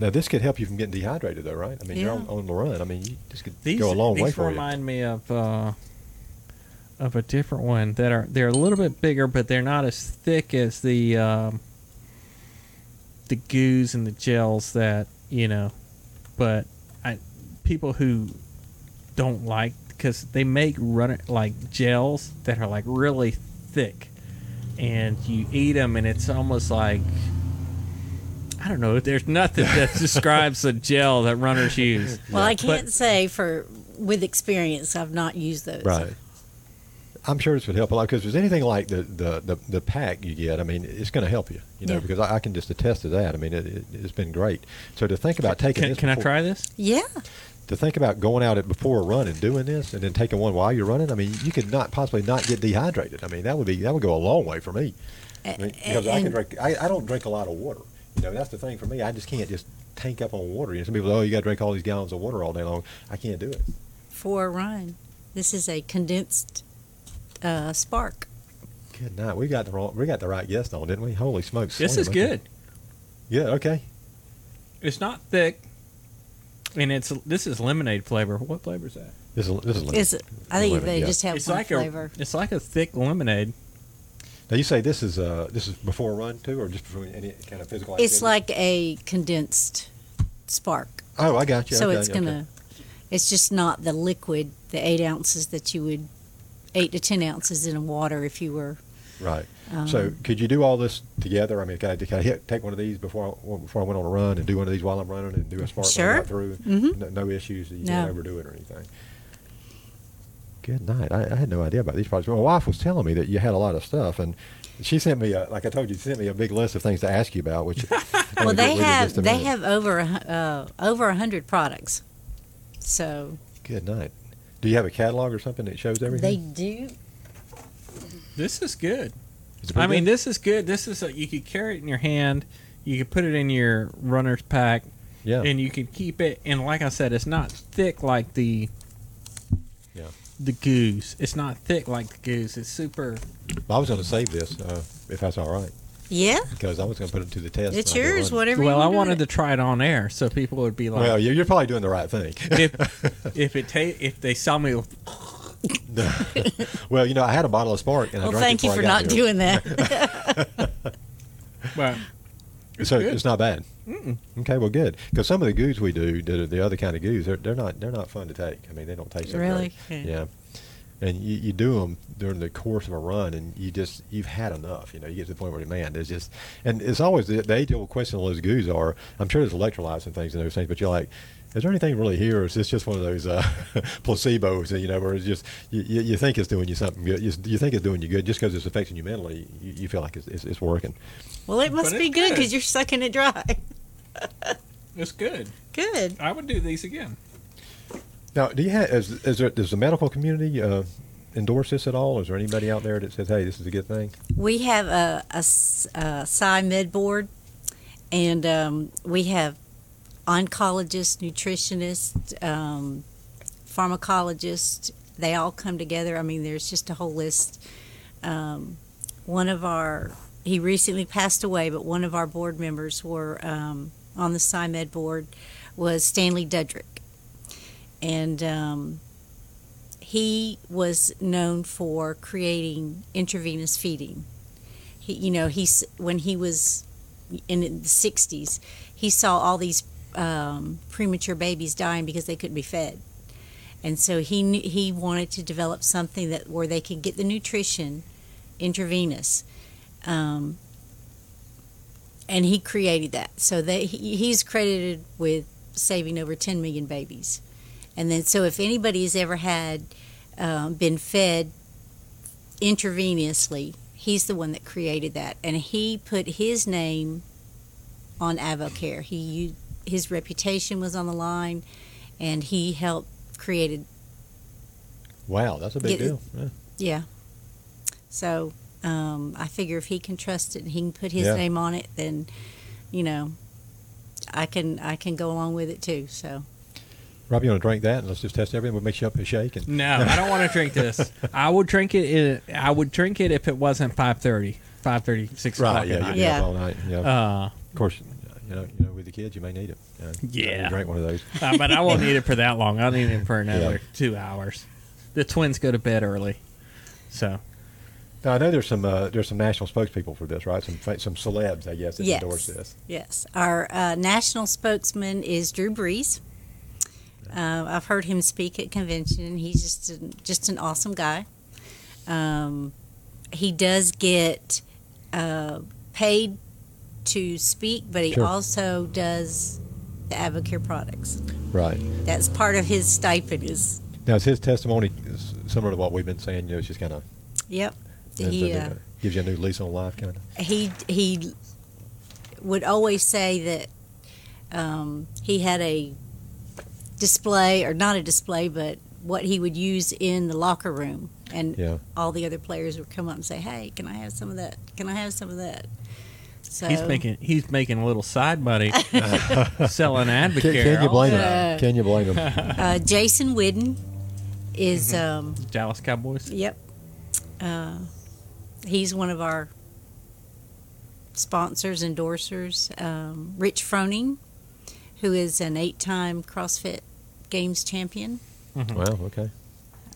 S2: Now this could help you from getting dehydrated, though, right? I mean, you're
S5: Yeah.
S2: on, on the run. I mean, you just could go a long
S3: these
S2: way for
S3: remind me of uh, of a different one that are they're a little bit bigger, but they're not as thick as the um, the goos and the gels that you know. But I people who don't like because they make runner like gels that are like really thick, and you eat them, and it's almost like I don't know. There's nothing that describes the gel that runners use.
S5: Well, I
S3: But-
S5: can't say for with experience, I've not used those.
S2: Right. I'm sure this would help a lot because if there's anything like the, the, the, the pack you get, I mean, it's going to help you, you know,
S5: Yeah.
S2: because I, I can just attest to that. I mean, it, it, it's been great. So to think about taking
S3: Can,
S2: this,
S3: can I
S2: before-
S3: try this?
S5: Yeah.
S2: To think about going out at before a run and doing this, and then taking one while you're running. I mean, you could not possibly not get dehydrated. I mean, that would be that would go a long way for me. I mean, because I can
S5: And-
S2: drink. I, I don't drink a lot of water. You know, that's the thing for me. I just can't just tank up on water. You know, some people, oh, you got to drink all these gallons of water all day long. I can't do it.
S5: for a run. This is a condensed uh, spark.
S2: Good night. We got the wrong. We got the right guest on, didn't we? Holy smokes!
S3: This
S2: Wait a
S3: is
S2: minute.
S3: good.
S2: Yeah. Okay.
S3: It's not thick, and it's this is lemonade flavor. What flavor is that?
S2: This is this is. lemon.
S5: Is it? I think
S2: Lemon,
S5: they
S2: yeah.
S5: just have
S3: it's
S5: one
S3: like
S5: flavor.
S3: a it's like a thick lemonade.
S2: Now you say this is uh this is before a run too, or just before any kind of physical.
S5: it's
S2: activity?
S5: like a condensed spark.
S2: Oh, I got you.
S5: so
S2: okay,
S5: it's
S2: okay.
S5: gonna. It's just not the liquid, the eight ounces that you would, eight to ten ounces in water if you were.
S2: Right.
S5: Um,
S2: so could you do all this together? I mean, can I, can I hit, take one of these before I, before I went on a run and do one of these while I'm running and do a smart
S5: Sure. Mm-hmm.
S2: right through? No, no issues that you
S5: No.
S2: can't overdo it or anything. Good night. I, I had no idea about these products. My wife was telling me that you had a lot of stuff, and she sent me a like I told you, she sent me a big list of things to ask you about. Which I'm gonna
S5: Well,
S2: get
S5: they
S2: rid of
S5: have
S2: just a
S5: they
S2: minute.
S5: have over a hu- uh, over a hundred products, so
S2: Good night. Do you have a catalog or something that shows
S5: they
S2: everything?
S5: do.
S3: This is good.
S2: Is it
S3: I
S2: pretty
S3: mean,
S2: good?
S3: this is good. This is a, you could carry it in your hand. You could put it in your runner's pack,
S2: yeah,
S3: and you can keep it. And like I said, it's not thick like the
S2: Yeah.
S3: the goose. It's not thick like the goose. It's super.
S2: Well, I was going to save this uh, if that's all right
S5: Yeah,
S2: because I was going to put it to the test.
S5: it's
S2: when I go
S5: yours.
S2: running.
S5: Whatever.
S3: well,
S5: you
S3: I
S5: wanna do
S3: wanted
S5: with
S3: to try it on air, so people would be like,
S2: Well, you- you're probably doing the right thing.
S3: if if it ta- if they saw me, with-
S2: well, you know, I had a bottle of Spark, and
S5: it.
S2: I
S5: Well,
S2: drank
S5: thank
S2: it
S5: you
S2: before
S5: for
S2: I got
S5: not
S2: here.
S5: doing that.
S3: well,
S2: So
S3: good.
S2: it's not bad. Okay, well, good because some of the goos we do, the, the other kind of goos, they're, they're not they're not fun to take. I mean, they don't taste so
S5: Really?
S2: great.
S5: Yeah.
S2: Yeah. And you, you do them during the course of a run, and you just you've had enough. You know, you get to the point where man, there's just, and it's always the, the age old question on those goos are. I'm sure there's electrolytes and things and those things, but you're like, is there anything really here, or is this just one of those uh, placebos? You know, where it's just you, you, you think it's doing you something good, you, you think it's doing you good, just because it's affecting you mentally, you, you feel like it's, it's, it's working.
S5: Well, it must
S3: But
S5: be
S3: it's
S5: good
S3: good.
S5: because you're sucking it dry.
S3: it's good.
S5: Good.
S3: I would do these again.
S2: Now, do you have is, is there does the medical community uh, endorse this at all? Is there anybody out there that says, "Hey, this is a good thing"?
S5: We have a, a, s- a Sci Med board, and um, we have oncologists, nutritionists, um, pharmacologists. They all come together. I mean, there's just a whole list. Um, one of our, he recently passed away, but one of our board members were um, on the Sci Med board was Stanley Dudrick. And um, he was known for creating intravenous feeding. He, you know, he's when he was in the '60s, he saw all these um, premature babies dying because they couldn't be fed, and so he knew, he wanted to develop something that where they could get the nutrition intravenous. Um, and he created that. So they, he, he's credited with saving over 10 million babies. And then, so if anybody's ever had um, been fed intravenously, he's the one that created that, and he put his name on Avocare. He u- his reputation was on the line, and he helped created.
S2: Wow, that's a big
S5: Yeah,
S2: deal. Yeah.
S5: Yeah. So um, I figure if he can trust it and he can put his
S2: Yeah.
S5: name on it, then you know, I can I can go along with it too. So
S2: Rob, you want to drink that, and let's just test everything. We'll mix you up a shake. And
S3: No, I don't want to drink this. I would drink it. i- I would drink it if it wasn't 5.30, 5.30, 6 o'clock. at
S2: yeah,
S3: night.
S2: you'd be up
S5: Yeah.
S2: all night. Yeah,
S3: Uh,
S2: of course. You know, you know, with the kids, you may need it. you know.
S3: Yeah.
S2: you drink one of those.
S3: uh, but I won't need it for that long. I'll need it for another two hours. The twins go to bed early, so
S2: Now, I know there's some uh, there's some national spokespeople for this, right? Some fa- some celebs, I guess, that
S5: Yes.
S2: endorse this.
S5: Yes, our uh, national spokesman is Drew Brees. Uh, I've heard him speak at convention. He's just an, just an awesome guy. Um, he does get uh, paid to speak, but he
S2: Sure.
S5: also does the Avocare products.
S2: Right.
S5: That's part of his stipend. Is
S2: Now, is his testimony s- similar to what we've been saying? You know, it's just kind of
S5: yep. He uh,
S2: gives you a new lease on life, kind of.
S5: he he would always say that um, he had a display or not a display, but what he would use in the locker room, and
S2: Yeah.
S5: all the other players would come up and say, "Hey, can I have some of that? Can I have some of that?" So
S3: He's making he's making a little side money selling Advocare.
S2: Can, can you blame him?
S5: Yeah.
S2: Can you blame him?
S5: uh, Jason Widden is um,
S3: Dallas Cowboys?
S5: yep. Uh, he's one of our sponsors, endorsers. Um, Rich Froning, who is an eight-time CrossFit Games champion.
S2: wow. Okay.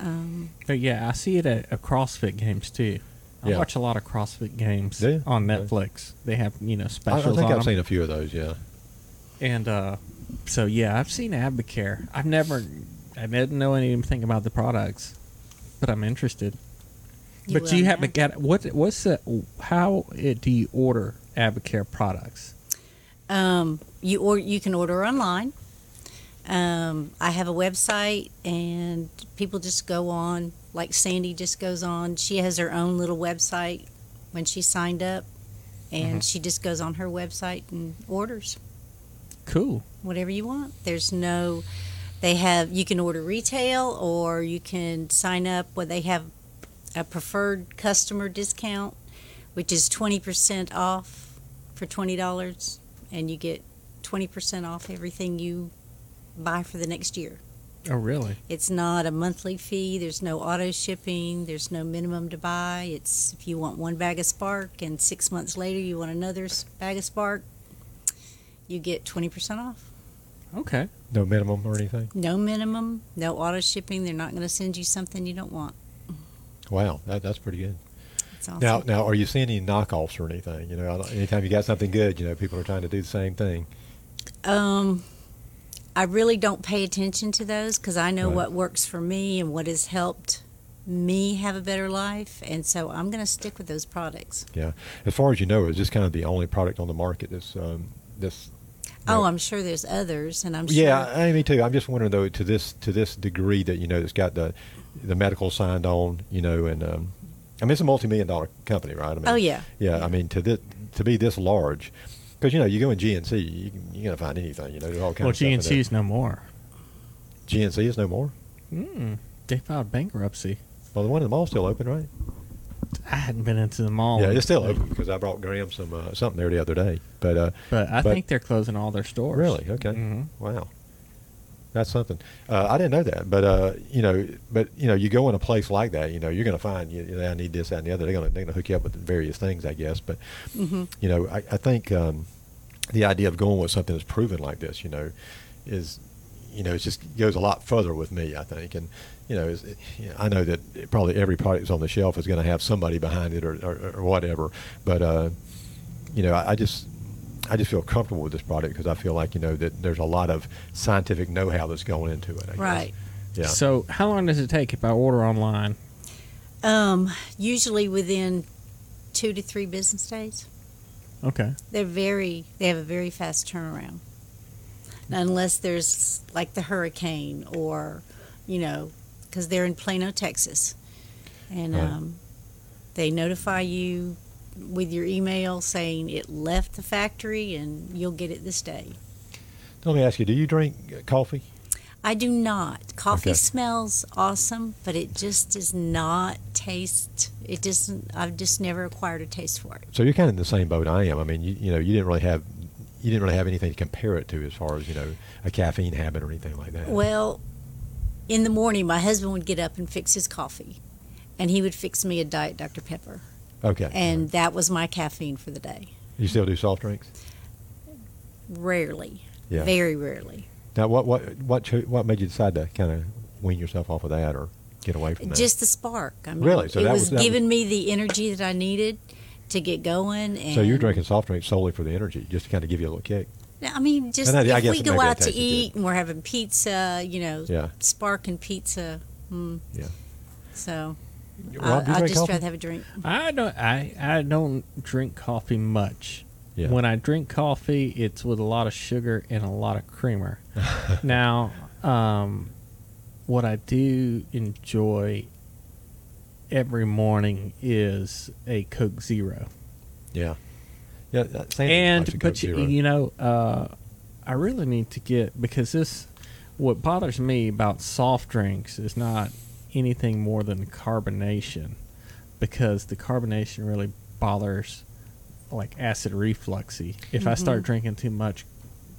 S5: Um,
S3: But yeah, I see it at, at CrossFit games too. I
S2: Yeah.
S3: watch a lot of CrossFit games
S2: Do you?
S3: on
S2: Okay.
S3: Netflix. They have you know
S2: I, I
S3: specials
S2: think
S3: on
S2: I've
S3: them.
S2: seen a few of those. Yeah.
S3: And uh, so yeah, I've seen Advocare. I've never, I didn't know anything about the products, but I'm interested.
S5: You
S3: but you
S5: will
S3: have to
S5: now.
S3: get what? What's the? How uh, do you order Advocare products?
S5: Um, you or you can order online. Um, I have a website, and people just go on. Like Sandy just goes on. She has her own little website when she signed up, and she just goes on her website and orders
S3: Cool.
S5: whatever you want. There's no. They have you can order retail or you can sign up where they have a preferred customer discount, which is twenty percent off for twenty dollars, and you get twenty percent off everything you buy for the next year.
S3: Oh really?
S5: It's not a monthly fee. There's no auto shipping. There's no minimum to buy. It's if you want one bag of Spark and six months later you want another s- bag of Spark, you get twenty percent off.
S3: Okay.
S2: No minimum or anything.
S5: No minimum, no auto shipping. They're not going to send you something you don't want.
S2: Wow. That, that's pretty good.
S5: It's awesome.
S2: Now, now, are you seeing any knockoffs or anything? You know, I don't- anytime you got something good, you know, people are trying to do the same thing.
S5: um, I really don't pay attention to those because I know
S2: Right.
S5: what works for me and what has helped me have a better life, and so I'm going to stick with those products.
S2: Yeah. As far as you know, it's just kind of the only product on the market that's um, that's
S5: Oh,
S2: Right.
S5: I'm sure there's others, and I'm sure.
S2: Yeah, I, I- me too. I'm just wondering though, to this to this degree that you know, it's got the the medical signed on, you know, and um, I mean, it's a multi-million dollar company, right? I mean,
S5: Oh, yeah.
S2: yeah. I mean, to this to be this large, because you know, you go in GNC, you, can- you're gonna find anything, you know, there's all kinds
S3: Well,
S2: of stuff in
S3: GNC is no more.
S2: there. GNC is no more. Hmm.
S3: Mm, they filed bankruptcy.
S2: Well, the one in the mall's still open, right?
S3: I hadn't been into the mall.
S2: yeah, it's still open because I brought Graham some uh, something there the other day. But uh,
S3: But I
S2: But-
S3: think they're closing all their stores.
S2: Really? Okay.
S3: hmm
S2: Wow. That's something. Uh, I didn't know that, but uh, you know, but you know, you go in a place like that, you know, you're going to find you, you know, I need this, that, and the other. They're going to they're going to hook you up with various things, I guess. But
S5: Mm-hmm.
S2: you know, I, I think um, the idea of going with something that's proven like this, you know, is you know, it just goes a lot further with me, I think. And you know, is you know, I know that probably every product that's on the shelf is going to have somebody behind it or, or, or whatever, but uh, you know, I, I just I just feel comfortable with this product because I feel like you know that there's a lot of scientific know-how that's going into it. I guess.
S5: Right.
S2: Yeah.
S3: So how long does it take if I order online?
S5: Um, usually within two to three business days.
S3: Okay.
S5: They're very. They have a very fast turnaround, unless there's like the hurricane or, you know, because they're in Plano, Texas, and
S2: Right.
S5: um, they notify you with your email saying it left the factory and you'll get it this day.
S2: Let me ask you: Do you drink uh, coffee?
S5: I do not. Coffee
S2: Okay.
S5: smells awesome, but it just does not taste. It doesn't. I've just never acquired a taste for it.
S2: So you're kind of in the same boat I am. I mean, you, you know, you didn't really have you didn't really have anything to compare it to as far as you know a caffeine habit or anything like that.
S5: Well, in the morning, my husband would get up and fix his coffee, and he would fix me a diet Dr Pepper,
S2: okay.
S5: and that was my caffeine for the day.
S2: you still do soft drinks?
S5: Rarely,
S2: Yeah.
S5: very rarely.
S2: Now, what what what cho- what made you decide to kind of wean yourself off of that or get away from that?
S5: Just the spark. I mean,
S2: Really? So
S5: it
S2: that was-
S5: was,
S2: that was-
S5: giving me the energy that I needed to get going. And
S2: so you're drinking soft drinks solely for the energy, just to kind of give you a little kick.
S5: I mean, just
S2: And I- I
S5: if
S2: guess
S5: we
S2: it
S5: go
S2: maybe
S5: out to
S2: tasted good.
S5: eat and we're having pizza, you know,
S2: Yeah.
S5: spark and pizza. Mm,
S2: Yeah.
S5: so
S2: Rob, do you
S5: I, I'd
S2: drink
S5: just
S2: coffee?
S5: rather have a drink.
S3: I don't. I I don't drink coffee much.
S2: Yeah.
S3: When I drink coffee, it's with a lot of sugar and a lot of creamer. now, um, what I do enjoy every morning is a Coke Zero,
S2: yeah. Yeah. that- Sandy likes a
S3: and
S2: Coke
S3: but you,
S2: Zero.
S3: you know, uh, I really need to get because this. What bothers me about soft drinks is not anything more than carbonation, because the carbonation really bothers like acid refluxy. If I start drinking too much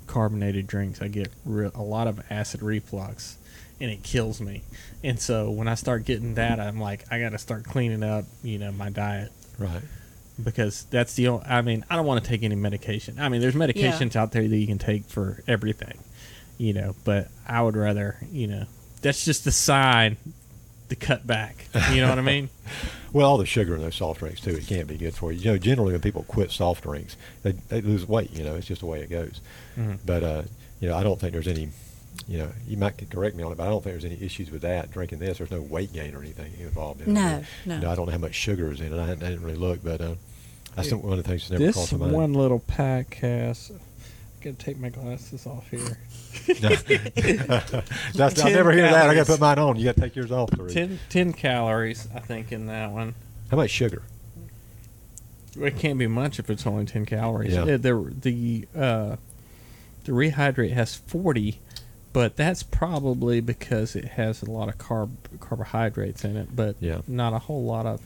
S3: carbonated drinks, I get re- a lot of acid reflux, and it kills me. And so when I start getting that, I'm like, I got to start cleaning up, you know, my diet
S2: right.
S3: because that's the only. I mean, I don't want to take any medication. I mean, there's medications out there that you can take for everything, you know. But I would rather, you know, that's just the sign to cut back. You know what I mean?
S2: Well, all the sugar in those soft drinks too, it can't be good for you. You know, generally when people quit soft drinks, they, they lose weight. You know, it's just the way it goes.
S3: Mhm.
S2: But uh, you know, I don't think there's any. You know, you might could correct me on it, but I don't think there's any issues with that. Drinking this, there's no weight gain or anything involved in
S5: No,
S2: it.
S5: no.
S2: You know, I don't know how much sugar is in it. I didn't, I didn't really look, but uh, that's
S3: Yeah.
S2: one of the things that never
S3: This
S2: crossed my mind.
S3: one little pack has. I'm gonna take my glasses off here.
S2: that's, I
S3: Ten
S2: never hear that. I
S3: calories.
S2: got to put mine on. You got to take yours off. Three.
S3: 10, 10 calories, I think, in that one.
S2: How much sugar?
S3: It can't be much if it's only ten calories.
S2: Yeah.
S3: Uh, The the uh, the rehydrate has forty, but that's probably because it has a lot of carb carbohydrates in it, but
S2: Yeah.
S3: not a whole lot of.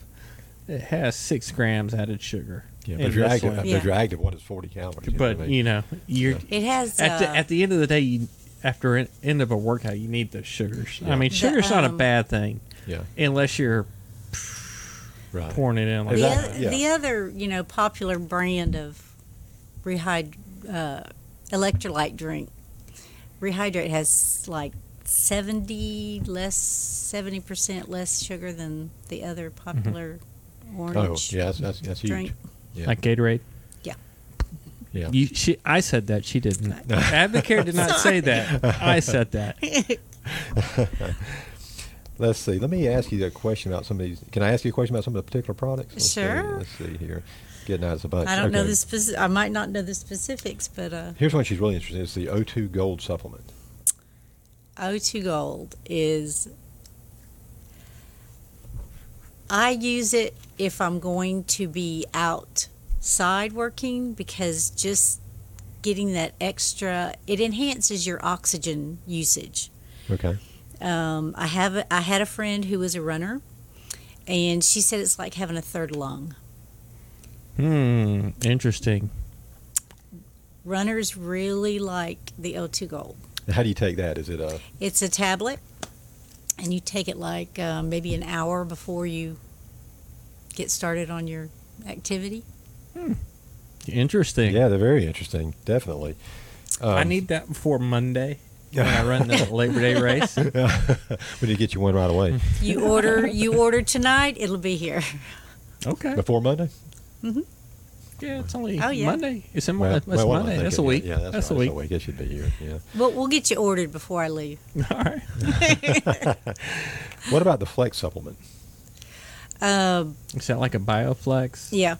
S3: It has six grams added sugar.
S2: Yeah,
S3: in
S2: but if you're
S3: this
S2: active,
S3: one.
S2: but if
S5: Yeah.
S2: you're active, what is 40 calories? You know what I
S3: But
S2: mean?
S3: you know, you're
S5: It has
S3: at the
S5: uh,
S3: at the end of the day, you, after en- end of a workout, you need those sugars.
S2: Yeah.
S3: I mean,
S5: The,
S3: sugar's not a
S5: um,
S3: bad thing
S2: yeah,
S3: unless you're
S2: right.
S3: pouring it in like
S5: the,
S2: Is
S3: that.
S2: that-
S5: other,
S2: yeah.
S5: the other you know popular brand of rehyd uh, electrolyte drink. Rehydrate has like seventy less, seventy percent less sugar than the other popular
S2: Mm-hmm. Oh,
S5: orange.
S2: yeah, that's, that's, that's huge.
S5: drink.
S2: Yeah,
S3: Like Gatorade.
S2: yeah.
S3: You, she, I said that. She didn't. Advocare did not say that. I said that.
S2: Let's see. Let me ask you a question about some of these. Can I ask you a question about some of the particular products? Let's See.
S5: Sure.
S2: Let's see here. Getting out of the bunch.
S5: I don't know
S2: Okay.
S5: the speci- I might not know the specifics, but uh,
S2: Here's one she's really interested in. It's the O2 Gold Supplement.
S5: O2 Gold is. I use it if I'm going to be outside working because just getting that extra, it enhances your oxygen usage.
S2: Okay.
S5: Um, I have a, I had a friend who was a runner, and she said it's like having a third lung.
S3: Hmm. Interesting.
S5: Runners really like the O2 Gold.
S2: And how do you take that? Is it uh, a
S5: It's a tablet, and you take it like uh, maybe an hour before you get started on your activity.
S3: Interesting.
S2: yeah? They're very interesting. Definitely.
S3: I
S2: Um,
S3: need that before Monday when I run the Labor Day race.
S2: we need to get you one right away
S5: You order, you order tonight, it'll be here.
S3: Okay.
S2: before Monday.
S3: Yeah, it's only
S5: Oh, yeah.
S3: Monday. It's in Monday. That's
S2: well, what am I
S3: Monday. That's a
S2: thinking?
S3: week.
S2: Yeah, yeah that's,
S3: a
S2: right,
S3: week.
S2: That's a week. It should be here. Yeah.
S5: We'll, we'll get you ordered before I leave.
S3: All right.
S2: What about the Flex supplement?
S5: Um,
S3: Is that like a bioflex?
S5: yeah,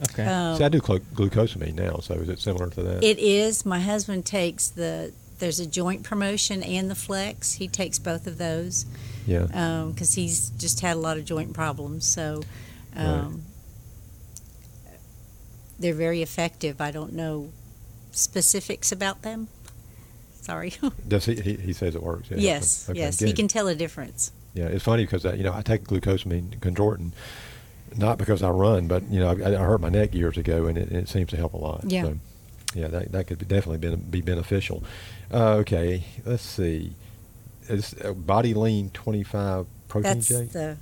S5: Uh,
S3: Okay.
S2: See, I do glu- glucosamine now, so is it similar to that?
S5: Oh. it is. My husband takes the. There's a joint promotion and the flex. He takes both of those
S2: yeah.
S5: uh, because um, he's just had a lot of joint problems. So um, they're very effective. I don't know specifics about them. Sorry.
S2: Does he, he? He says it works. Yeah.
S5: yes,
S2: Okay,
S5: yes,
S2: good.
S5: he can tell a difference.
S2: Yeah, it's funny because uh, you know I take glucosamine chondroitin, not because I run, but you know I, I hurt my neck years ago, and it, it seems to help a lot.
S5: Yeah.
S2: So, yeah, that, that could be definitely ben, be beneficial. Uh, okay, let's see. Is uh, Body Lean 25 protein
S5: That's
S2: shake?
S5: the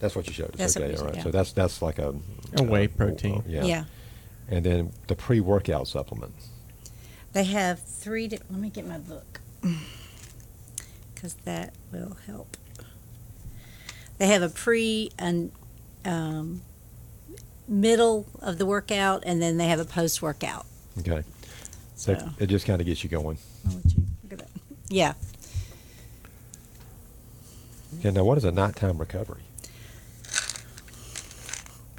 S2: that's what you showed us.
S5: that's what
S2: okay,
S5: we
S2: all
S5: showed,
S2: right.
S5: yeah.
S2: So that's that's like a, uh,
S3: A whey protein.
S5: yeah.
S2: Oh, yeah. And then the pre-workout supplement.
S5: They have three. Di- Let me get my book because that will help. They have a pre and um, middle of the workout, and then they have a post workout.
S2: Okay.
S5: So Mm-hmm.
S2: That- it just kind of gets you going.
S5: I'll let you look at that. Yeah.
S2: Okay, now what is a nighttime recovery?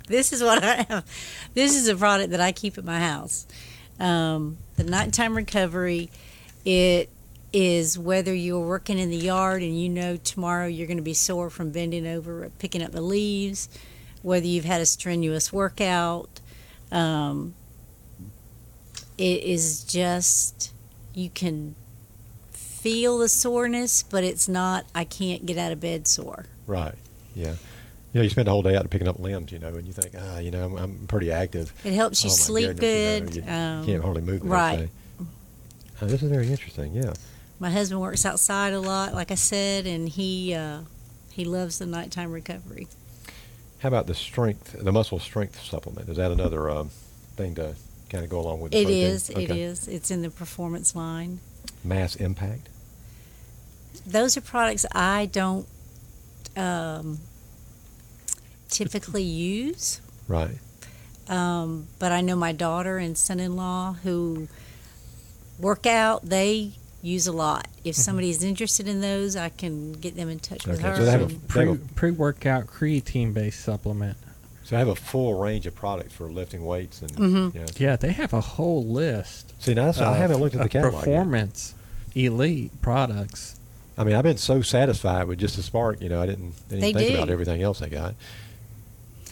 S5: this is what I have. This is a product that I keep at my house. Um, the nighttime recovery. It is whether you're working in the yard and you know tomorrow you're going to be sore from bending over or picking up the leaves, whether you've had a strenuous workout. Um, it is just you can feel the soreness, but it's not I can't get out of bed sore.
S2: Right. Yeah. You know, you spend the whole day out picking up limbs, you know, and you think, ah, you know, I'm, I'm pretty active.
S5: It helps you
S2: Oh, my
S5: sleep
S2: goodness, you
S5: good.
S2: know, you
S5: um,
S2: can't hardly move. the next
S5: right.
S2: day. Oh, this is very interesting. Yeah.
S5: My husband works outside a lot, like I said, and he uh, he loves the nighttime recovery.
S2: How about the strength, the muscle strength supplement? Is that another um, thing to kind of go along with? the
S5: It
S2: protein?
S5: is. It
S2: Okay.
S5: is. It's in the performance line.
S2: Mass impact.
S5: Those are products I don't um, typically use.
S2: Right.
S5: Um, but I know my daughter and son-in-law who work out. They use a lot. If somebody's interested in those, I can get them in touch with
S2: Mm-hmm. Okay,
S5: her.
S2: so they have a-
S5: and-
S2: They
S3: Pre
S2: have
S3: pre workout creatine based supplement.
S2: So I have a full range of products for lifting weights and
S5: Mhm.
S2: yeah.
S3: Yeah, they have a whole list.
S2: See, now that's, I
S3: of-
S2: haven't looked at the
S3: of
S2: catalog. yet.
S3: Uh, Performance elite products.
S2: I mean, I've been so satisfied with just the spark. You know, I didn't, didn't
S5: They
S2: think about
S5: do.
S2: everything else I got.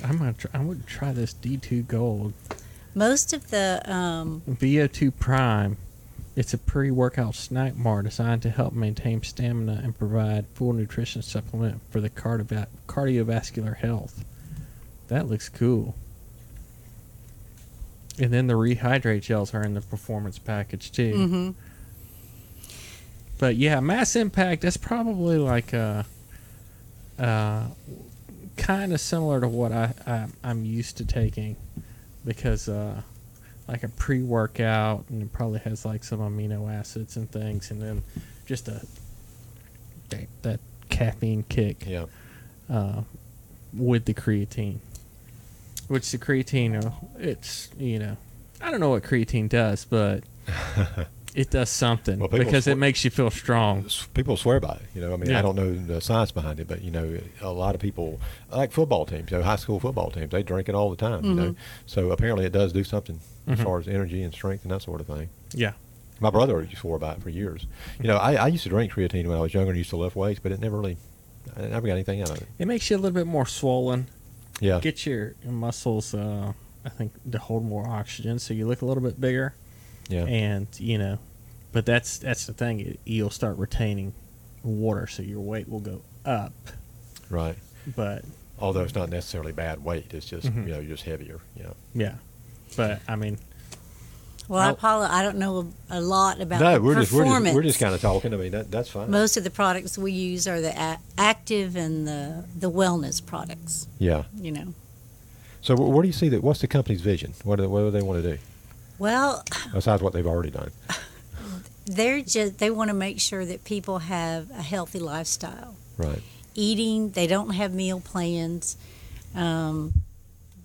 S3: I'm gonna. Try, I'm gonna try this D2 Gold
S5: most of the um,
S3: VO2 Prime. It's a pre-workout snack bar designed to help maintain stamina and provide full nutrition supplement for the cardiova- cardiovascular health. That looks cool. And then the rehydrate gels are in the performance package too.
S5: mhm.
S3: But yeah, mass impact. That's probably like uh, uh, kind of similar to what I, I I'm used to taking, because uh, like a pre-workout and it probably has like some amino acids and things, and then just a that, that caffeine kick
S2: Yeah.
S3: uh, with the creatine. Which the creatine, uh, it's you know, I don't know what creatine does, but it does something
S2: Well, people
S3: because it
S2: sw-
S3: makes you feel strong.
S2: S- People swear by it. You know, I mean,
S3: Yeah.
S2: I don't know the science behind it, but you know, a lot of people like football teams, you know, high school football teams, they drink it all the time. You know,
S5: Mm-hmm.
S2: so apparently it does do something as
S3: Mhm.
S2: far as energy and strength and that sort of thing.
S3: Yeah,
S2: My brother swore by it for years. You know, I, I used to drink creatine when I was younger and used to lift weights, but it never really, I never got anything out of it.
S3: it makes you a little bit more swollen.
S2: Yeah.
S3: Gets your your muscles, uh, I think, to hold more oxygen, so you look a little bit bigger.
S2: yeah.
S3: And you know, but that's that's the thing. It, you'll start retaining water, so your weight will go up.
S2: Right.
S3: But
S2: Although it's not necessarily bad weight, it's just,
S3: Mhm.
S2: you know, you're just heavier. Yeah.
S3: yeah, but I mean,
S5: Well, I, Paula, I don't know a, a lot about
S2: No,
S5: the
S2: we're just, we're
S5: performance.
S2: just, we're just kind of talking. I mean, that, that's fine.
S5: Most of the products we use are the a- active and the the wellness products.
S2: yeah.
S5: You know.
S2: So wh- what do you see that, what's the company's vision? What do, what do they want to do?
S5: Well,
S2: Besides what they've already done.
S5: they're just they want to make sure that people have a healthy lifestyle.
S2: Right.
S5: eating. They don't have meal plans, um,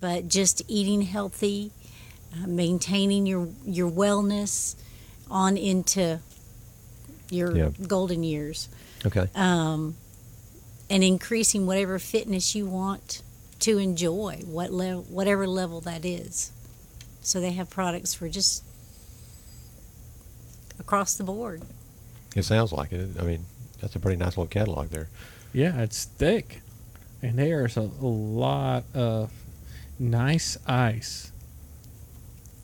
S5: but just eating healthy, uh, maintaining your your wellness on into your
S2: Yeah.
S5: golden years,
S2: Okay.
S5: um, and increasing whatever fitness you want to enjoy, what le- whatever level that is. So they have products for just across the board.
S2: It sounds like it. I mean, that's a pretty nice little catalog there.
S3: Yeah, it's thick. And there's a lot of nice ice.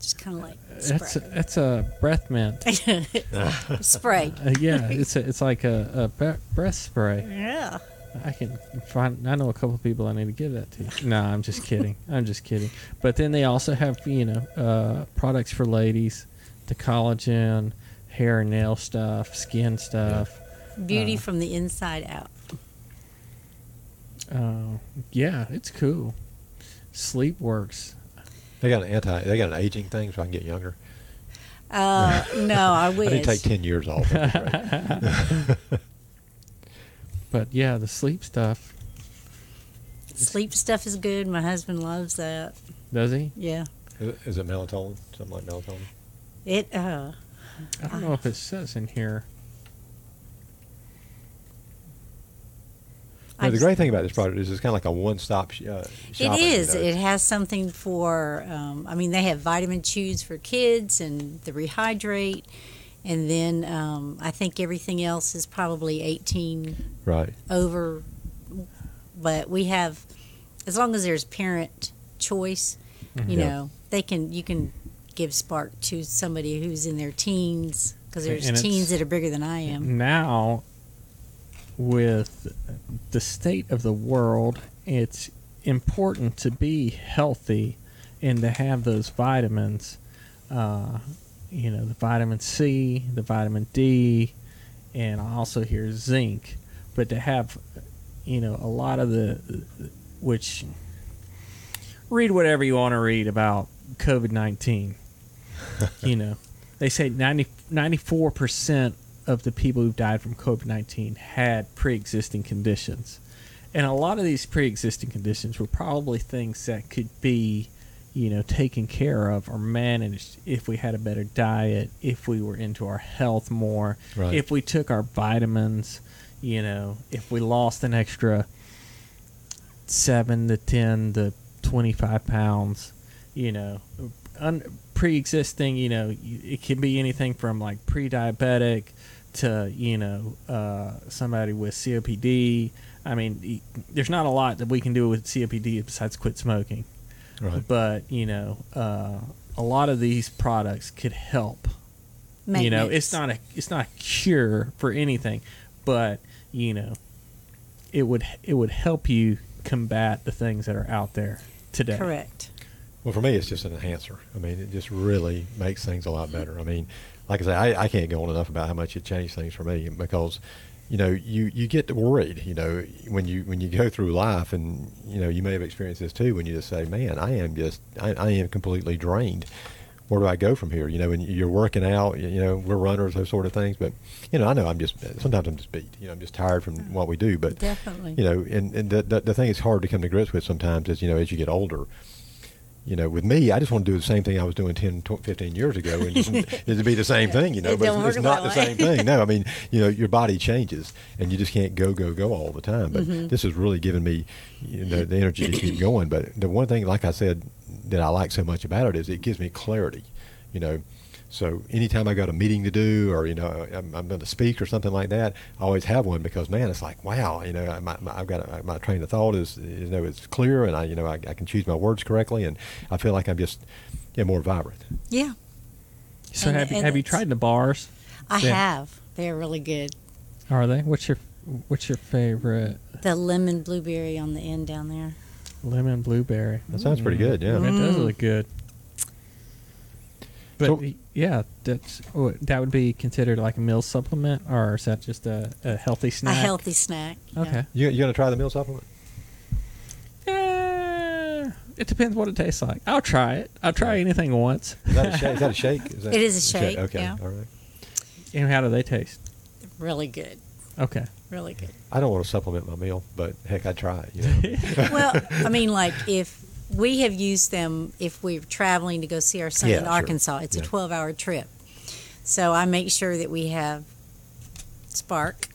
S5: Just kind of like
S2: Uh,
S3: That's a,
S5: spray.
S3: that's a breath mint.
S5: spray.
S3: Uh, yeah, it's a, it's like a, a bre- breath spray.
S5: Yeah.
S3: I can find. I know a couple people I need to give that to. No, I'm just kidding. I'm just kidding. But then they also have you know uh, products for ladies, the collagen, hair and nail stuff, skin stuff.
S5: Beauty
S3: Uh,
S2: Uh-huh.
S5: from the inside out.
S3: Uh, yeah, it's cool. Sleep works.
S2: They got an anti, they got an aging thing so I can get younger.
S5: Uh, no, I
S2: I
S5: wish.
S2: need to take 10 years off. That'd be great.
S3: But yeah, the sleep stuff.
S5: Sleep stuff is good. My husband loves that.
S3: Does he?
S5: Yeah.
S2: Is it- is it melatonin? Something like melatonin?
S5: It. Uh,
S3: I don't know if it says in here.
S5: I
S2: Now, the
S5: just-
S2: great thing about this product is it's kind of like a one-stop sh- uh,
S5: It
S2: shopping. you
S5: is.
S2: know.
S5: It has something for. Um, I mean, they have vitamin chews for kids and the rehydrate, and then um, I think everything else is probably eighteen
S2: right.
S5: over. But we have, as long as there's parent choice,
S3: Mm-hmm.
S5: you
S2: Yeah.
S5: know, they can you can give Spark to somebody who's in their teens because there's
S3: And it's-
S5: teens that are bigger than I am.
S3: now with the state of the world it's important to be healthy and to have those vitamins uh, you know the vitamin c the vitamin d and i also hear zinc but to have you know a lot of the which read whatever you want to read about covid-19 you know they say 90, 94% of the people who died from COVID 19 had pre existing conditions. And a lot of these pre existing conditions were probably things that could be, you know, taken care of or managed if we had a better diet, if we were into our health more,
S2: Right.
S3: if we took our vitamins, you know, if we lost an extra seven to 10 to 25 pounds, you know, un- pre-existing, you know, y- it can be anything from like pre-diabetic to you know uh, somebody with COPD. I mean, y- there's not a lot that we can do with COPD besides quit smoking.
S2: Right.
S3: But you know, uh, a lot of these products could help. You know,
S5: Maintenance.
S3: it's not a it's not a cure for anything, but you know, it would it would help you combat the things that are out there today.
S5: correct.
S2: Well, for me, it's just an enhancer. I mean, it just really makes things a lot better. I mean, like I say, I, I can't go on enough about how much it changed things for me because, you know, you, you get worried, you know, when you when you go through life, and you know, you may have experienced this too, when you just say, "Man, I am just, I, I am completely drained." Where do I go from here? You know, and you're working out, you know, we're runners, those sort of things. But, you know, I know I'm just, sometimes I'm just beat. You know, I'm just tired from what we do. But,
S5: Definitely.
S2: you know, and, and the, the, the thing it's hard to come to grips with sometimes is, you know, as you get older, you know, with me, I just want to do the same thing I was doing 10, 12, 15 years ago. And just, it'd be the same thing, you know,
S5: It
S2: but
S5: don't
S2: it's, it's
S5: work
S2: not the
S5: that
S2: same
S5: way.
S2: thing. No, I mean, you know, your body changes and you just can't go, go, go all the time. But
S5: Mm-hmm.
S2: this has really given me, you know, the energy to keep going. But the one thing, like I said, that I like so much about it is it gives me clarity, you know. So anytime I got a meeting to do, or you know, I'm, I'm going to speak or something like that, I always have one because man, it's like wow, you know, I- my, my, I've got a, my train of thought is you know it's clear and I you know I, I can choose my words correctly and I feel like I'm just yeah more vibrant.
S5: Yeah,
S3: So
S5: And-
S3: have you
S5: and
S3: have you
S5: it's-
S3: tried the bars?
S5: I
S3: Yeah.
S5: have. They're really good.
S3: Are they? What's your What's your favorite
S5: The lemon blueberry on the end down there.
S3: lemon blueberry?
S2: That sounds pretty good, yeah.
S5: Mm-hmm.
S3: It does
S5: Mm.
S3: look good. But
S2: So-
S3: y- yeah, that's oh, that would be considered like a meal supplement, or is that just a, a healthy snack?
S5: A healthy snack. yeah.
S3: Okay.
S2: You you gonna try the meal supplement?
S3: Eh, it depends what it tastes like. I'll try it. I'll try
S2: Right.
S3: anything once.
S2: Is that a shake? Is that a shake? Is that,
S5: It is a shake,
S2: Okay,
S5: yeah.
S2: all right.
S3: And how do they taste?
S5: Really good.
S3: Okay.
S5: Really good.
S2: I don't want to supplement my meal, but heck, I try it. You know?
S5: well, I mean, like if we have used them if we're traveling to go see our son
S2: Yeah,
S5: in
S2: sure.
S5: Arkansas, it's
S2: Yeah.
S5: a 12 hour trip. So I make sure that we have Spark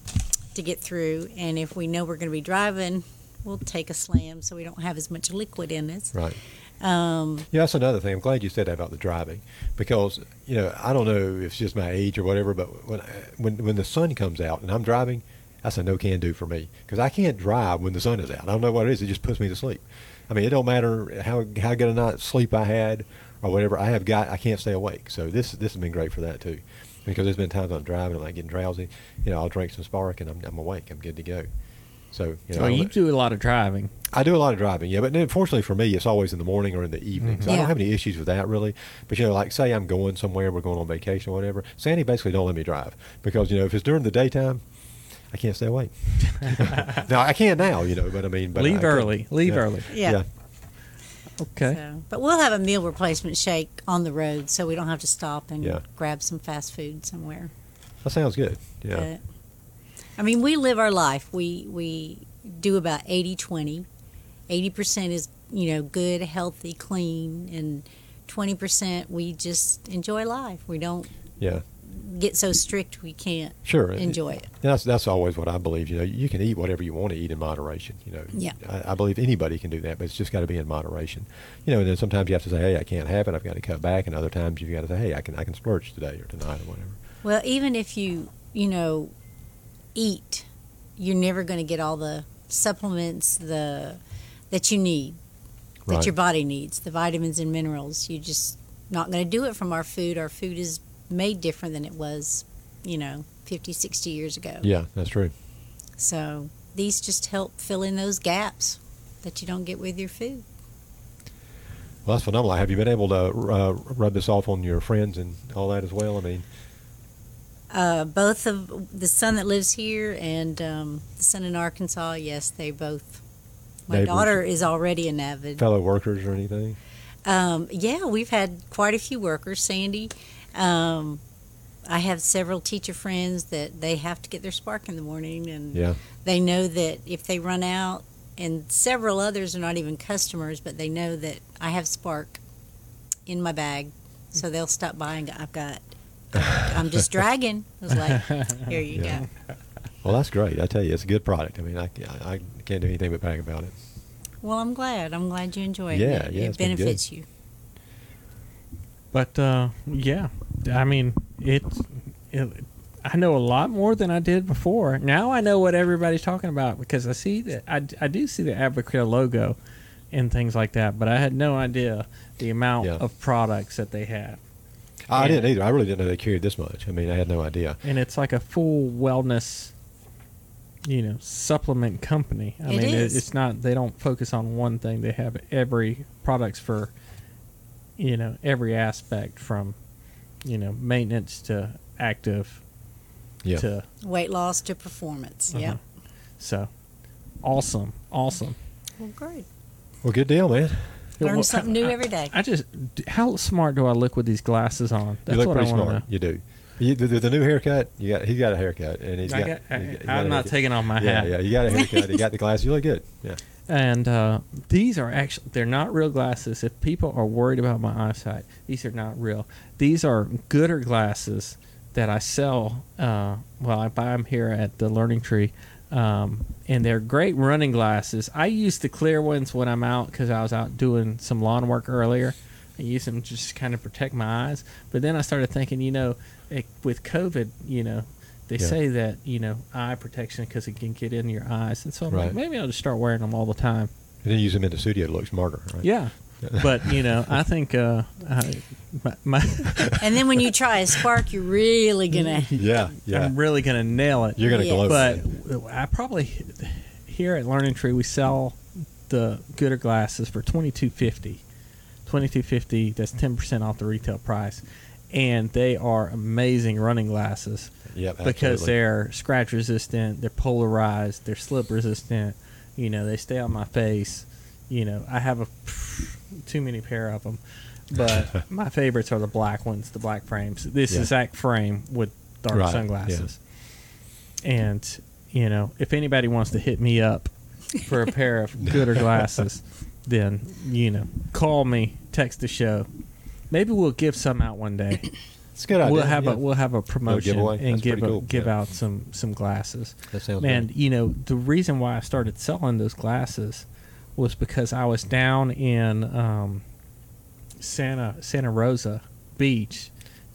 S5: to get through. And if we know we're going to be driving, we'll take a slam so we don't have as much liquid in us.
S2: right.
S5: Um,
S2: Yeah, that's another thing. I'm glad you said that about the driving because you know I don't know if it's just my age or whatever, but when I, when when the sun comes out and I'm driving, that's a no can do for me because I can't drive when the sun is out. I don't know what it is. It just puts me to sleep. I mean, it don't matter how how good a night's sleep I had or whatever. I have got I can't stay awake. So this this has been great for that too, because there's been times I'm driving and I'm getting drowsy. You know, I'll drink some spark and I'm I'm awake. I'm good to go. So you know,
S3: Oh,
S2: I don't
S3: you
S2: know.
S3: do a lot of driving.
S2: I do a lot of driving, yeah, but unfortunately for me, it's always in the morning or in the evening. So I don't
S5: Yeah.
S2: have any issues with that really. But you know, like say I'm going somewhere, we're going on vacation or whatever. Sandy basically don't let me drive because you know if it's during the daytime, I can't stay awake. now I can now, you know, but I mean, but I
S3: Leave
S2: couldn't.
S3: early. Leave
S2: Yeah.
S3: early.
S5: yeah.
S3: Okay.
S5: So, but we'll have a meal replacement shake on the road so we don't have to stop and
S2: Yeah.
S5: grab some fast food somewhere.
S2: that sounds good. Yeah,
S5: But, I mean, we live our life. We we do about 80 20. 80% is, you know, good, healthy, clean, and 20% we just enjoy life. We don't
S2: yeah.
S5: get so strict we can't
S2: Sure.
S5: enjoy it.
S2: That's that's always what I believe. You know, you can eat whatever you want to eat in moderation. You know,
S5: Yeah.
S2: I, I believe anybody can do that, but it's just got to be in moderation. You know, and then sometimes you have to say, "Hey, I can't have it. I've got to cut back," and other times you've got to say, "Hey, I can I can splurge today or tonight or whatever."
S5: Well, even if you, you know, eat, you're never going to get all the supplements the that you need, that
S2: Right.
S5: your body needs, the vitamins and minerals. You're just not going to do it from our food. Our food is made different than it was, you know, 50, 60 years ago.
S2: Yeah, that's true.
S5: So these just help fill in those gaps that you don't get with your food.
S2: Well, that's phenomenal. Have you been able to uh, rub this off on your friends and all that as well? I mean,
S5: Uh, both of the son that lives here and um, the son in Arkansas, yes, they both. My
S2: Neighbors.
S5: daughter is already an avid.
S2: fellow workers or anything?
S5: Um, yeah, we've had quite a few workers, Sandy. Um, I have several teacher friends that they have to get their spark in the morning, and
S2: Yeah.
S5: they know that if they run out, and several others are not even customers, but they know that I have spark in my bag, so they'll stop by and go, I've got. I'm just dragging. I was like, here you
S2: Yeah.
S5: go.
S2: Well, that's great. I tell you, it's a good product. I mean, I, I, I can't do anything but brag about it.
S5: Well, I'm glad. I'm glad you enjoy it.
S2: Yeah,
S5: it,
S2: yeah,
S5: it
S2: it's been good.
S5: benefits you.
S3: But uh, yeah, I mean it, it. I know a lot more than I did before. Now I know what everybody's talking about because I see that I, I do see the Abacare logo and things like that, but I had no idea the amount
S2: Yeah.
S3: of products that they have.
S2: I
S3: Yeah.
S2: didn't either. I really didn't know they carried this much. I mean, I had no idea.
S3: And it's like a full wellness, you know, supplement company. I
S5: It
S3: mean,
S5: is.
S3: it's not they don't focus on one thing. They have every products for, you know, every aspect from, you know, maintenance to active
S2: Yeah.
S3: to
S5: Weight loss to performance.
S3: Uh-huh.
S5: Yeah.
S3: so awesome, awesome.
S5: Well, great.
S2: Well, good deal, man.
S5: Learn
S3: Well,
S5: something new every day.
S3: I just how smart do I look with these glasses on?
S2: you look
S3: what I
S2: pretty
S3: wanna
S2: smart. You do. You, the, the, the new haircut. You got. He's got a haircut, and he's
S3: know. I
S2: got.
S3: got, I,
S2: he's got- he's got
S3: am
S2: a
S3: not
S2: haircut.
S3: taking off my
S2: Yeah,
S3: hat.
S2: yeah. You got a haircut. you got the glasses. You look good. Yeah.
S3: And uh, these are actually they're not real glasses. If people are worried about my eyesight, these are not real. These are gooder glasses that I sell. Uh, well, I buy them here at the Learning Tree, um, and they're great running glasses. I use the clear ones when I'm out because I was out doing some lawn work earlier. I use them just to kind of protect my eyes. But then I started thinking, you know, it, with COVID, you know, they
S2: Yeah.
S3: say that you know eye protection because it can get in your eyes, and so I'm like,
S2: Right.
S3: maybe I'll just start wearing them all the time.
S2: And then you use them in the studio to look smarter. Right?
S3: Yeah, but you know, I think uh, I, my, my,
S5: And then when you try a spark, you're really gonna.
S2: Yeah. Yeah.
S3: I'm really gonna nail it.
S2: You're gonna
S5: Yeah.
S2: glow.
S3: but uh, I probably here at Learning Tree we sell the gooder glasses for twenty two fifty. Twenty two fifty. That's ten percent off the retail price, and they are amazing running glasses.
S2: Yep,
S3: because
S2: absolutely.
S3: they're scratch resistant, they're polarized, they're slip resistant. You know, they stay on my face. You know, I have a too many pair of them, but my favorites are the black ones, the black frames. This
S2: Yeah.
S3: exact frame with dark
S2: Right,
S3: sunglasses. And you know, if anybody wants to hit me up for a pair of gooder glasses, then you know, call me, text the show. Maybe we'll give some out one day.
S2: It's a good idea.
S3: we'll have
S2: yeah.
S3: a we'll have a promotion
S2: giveaway.
S3: and
S2: That's
S3: give
S2: pretty
S3: a-
S2: cool.
S3: give
S2: Yeah.
S3: out some some glasses.
S2: That sounds
S3: Man,
S2: good.
S3: you know the reason why I started selling those glasses was because I was down in um, Santa Santa Rosa Beach,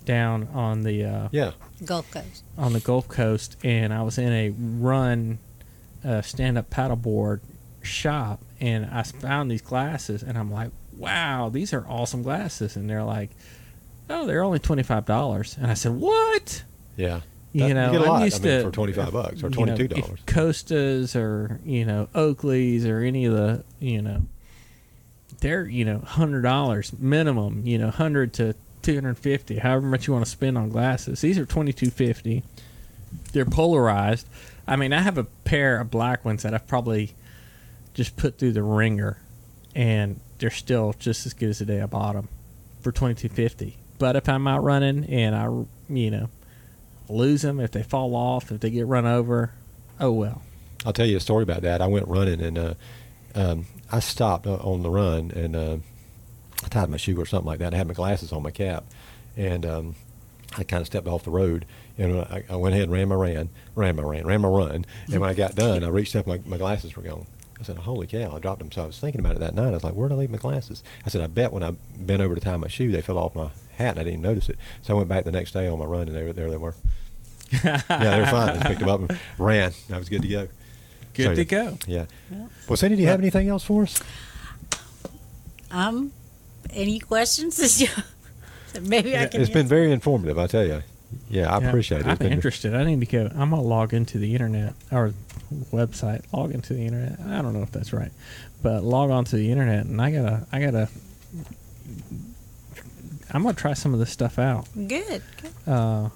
S3: down on the uh,
S2: Yeah.
S5: Gulf Coast.
S3: on the Gulf Coast, and I was in a run uh, stand up paddleboard shop, and I found these glasses, and I'm like, wow, these are awesome glasses, and they're like, oh, they're only twenty five dollars, and I said, what?
S2: Yeah. That-
S3: You know,
S2: get a lot.
S3: I'm used
S2: I mean,
S3: to uh,
S2: for twenty five bucks
S3: you
S2: or
S3: know,
S2: twenty two
S3: if
S2: dollars.
S3: Costas or you know Oakleys or any of the you know, they're you know hundred dollars minimum. You know, hundred to two hundred fifty, however much you want to spend on glasses. These are twenty two fifty. They're polarized. I mean, I have a pair of black ones that I've probably just put through the ringer, and they're still just as good as the day I bought them for twenty two fifty. But if I'm out running and I, you know, lose them if they fall off, if they get run over, oh well.
S2: I'll tell you a story about that. I went running and uh, um, I stopped uh, on the run and uh, I tied my shoe or something like that. I had my glasses on my cap, and um, I kind of stepped off the road and uh, I, I went ahead and ran my ran, ran my ran, ran my run. And when I got done, I reached up, my, my glasses were gone. I said, "Holy cow!" I dropped them. So I was thinking about it that night. I was like, "Where'd I leave my glasses?" I said, "I bet when I bent over to tie my shoe, they fell off my hat, and I didn't notice it." So I went back the next day on my run, and they were, there they were. yeah, they were fine. I just picked them up and ran. I was good to go.
S3: Good
S2: So,
S3: to go.
S2: Yeah. Well, Cindy, do you have anything else for us?
S5: Um, any questions? Maybe I can.
S2: It's been very informative, I tell you. Yeah, I
S3: Yeah,
S2: appreciate it.
S3: I'm
S2: It's been-
S3: interested. I need to go. I'm gonna log into the internet or website. Log into the internet. I don't know if that's right, but log onto the internet, and I gotta. I gotta. I'm gonna try some of this stuff out
S5: Good. good.
S3: uh,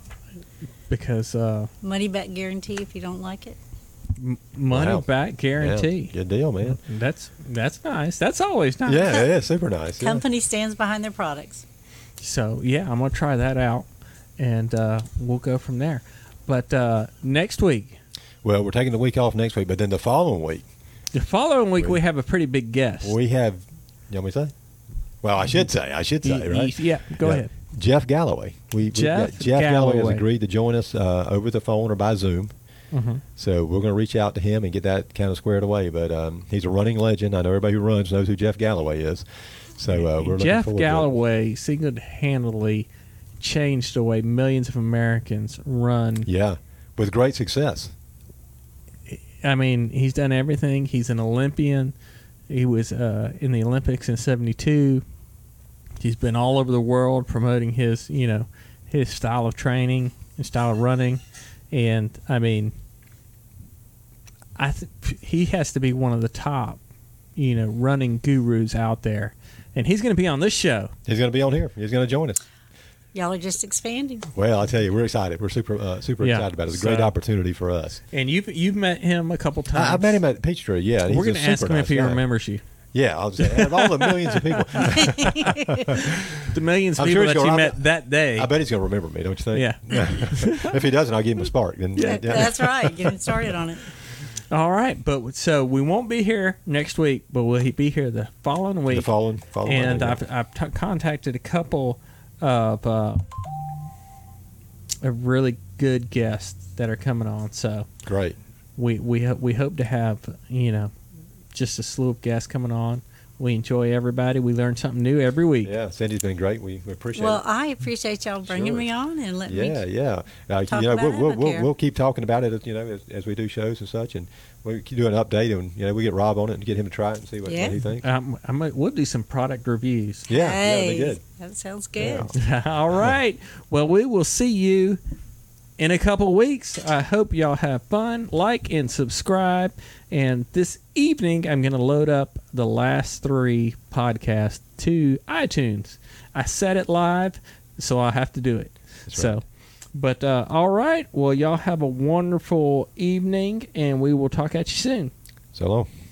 S3: because uh,
S5: Money back guarantee if you don't like it.
S3: m- money
S2: Wow.
S3: back
S2: yeah,
S3: guarantee.
S2: good deal, man.
S3: That's that's nice. That's always nice.
S2: Yeah, yeah, super nice. yeah.
S5: Company stands behind their products.
S3: So yeah, I'm gonna try that out, and uh, we'll go from there. But uh, next week,
S2: Well, we're taking the week off next week, but then the following week
S3: the following week, we have a pretty big guest.
S2: we have. You want me to say? Well, I should say. I should
S3: Y- y-
S2: say, right?
S3: Yeah, go
S2: Yeah.
S3: ahead.
S2: Jeff Galloway. We we've
S3: Jeff
S2: got- Jeff Galloway.
S3: Galloway.
S2: has agreed to join us uh, over the phone or by Zoom.
S3: Mhm.
S2: So we're going to reach out to him and get that kind of squared away. But um, he's a running legend. I know everybody who runs knows who Jeff Galloway is. So uh, we're looking
S3: Jeff
S2: forward
S3: Galloway single-handedly changed the way millions of Americans run.
S2: to it. Yeah, with great success.
S3: I mean, he's done everything. He's an Olympian. He was uh, in the Olympics in '72. He's been all over the world promoting his, you know, his style of training and style of running, and I mean, I th- he has to be one of the top, you know, running gurus out there, and he's going to be on this show.
S2: He's going to be on here. He's going to join us.
S5: Y'all are just expanding.
S2: Well, I tell you, we're excited. We're super, uh, super
S3: Yeah.
S2: excited about it. It's a great
S3: So-
S2: opportunity for us.
S3: And you've you've met him a couple times.
S2: I, I met him at Peachtree. Yeah, and he's
S3: We're
S2: a
S3: going to ask
S2: super
S3: him if
S2: nice
S3: he
S2: guy.
S3: remembers you.
S2: Yeah, I'll say, out of all the millions of people, I
S3: The millions of
S2: I'm
S3: people
S2: sure he's
S3: that you
S2: gonna-
S3: met that day.
S2: bet he's going to remember me. Don't you think?
S3: Yeah.
S2: if he doesn't, I'll give him a spark. Then, yeah,
S5: That's right. Getting started on it.
S3: All right, but so we won't be here next week, but we'll he be here the following week.
S2: The following, following
S3: and
S2: Monday, yeah.
S3: I've, I've t- contacted a couple of uh, a really good guests that are coming on. So
S2: great.
S3: we we ho- we hope to have you know just a slew of guests coming on. We enjoy everybody. We learn something new every week.
S2: Yeah, Cindy's been great. We, we appreciate
S5: Well,
S2: it.
S5: I appreciate y'all bringing
S2: Sure.
S5: me on and letting
S2: Yeah,
S5: me.
S2: yeah. Uh,
S5: Talk
S2: you know,
S5: about
S2: we'll,
S5: it,
S2: we'll,
S5: I
S2: we'll,
S5: care.
S2: we'll keep talking about it. You know, as, as we do shows and such, and we can do an update, and you know, we get Rob on it and get him to try it and see what,
S5: Yeah.
S2: what he thinks.
S3: Um, I might, we'll do some product reviews.
S2: Yeah,
S5: Hey,
S2: yeah, they good.
S5: That sounds good.
S2: Yeah.
S3: All right. Well, we will see you in a couple weeks. I hope y'all have fun. Like and subscribe. And this evening, I'm going to load up the last three podcasts to iTunes. I said it live, so I have to do it.
S2: That's
S3: so,
S2: right.
S3: but uh, all right. Well, y'all have a wonderful evening, and we will talk at you soon.
S2: So long.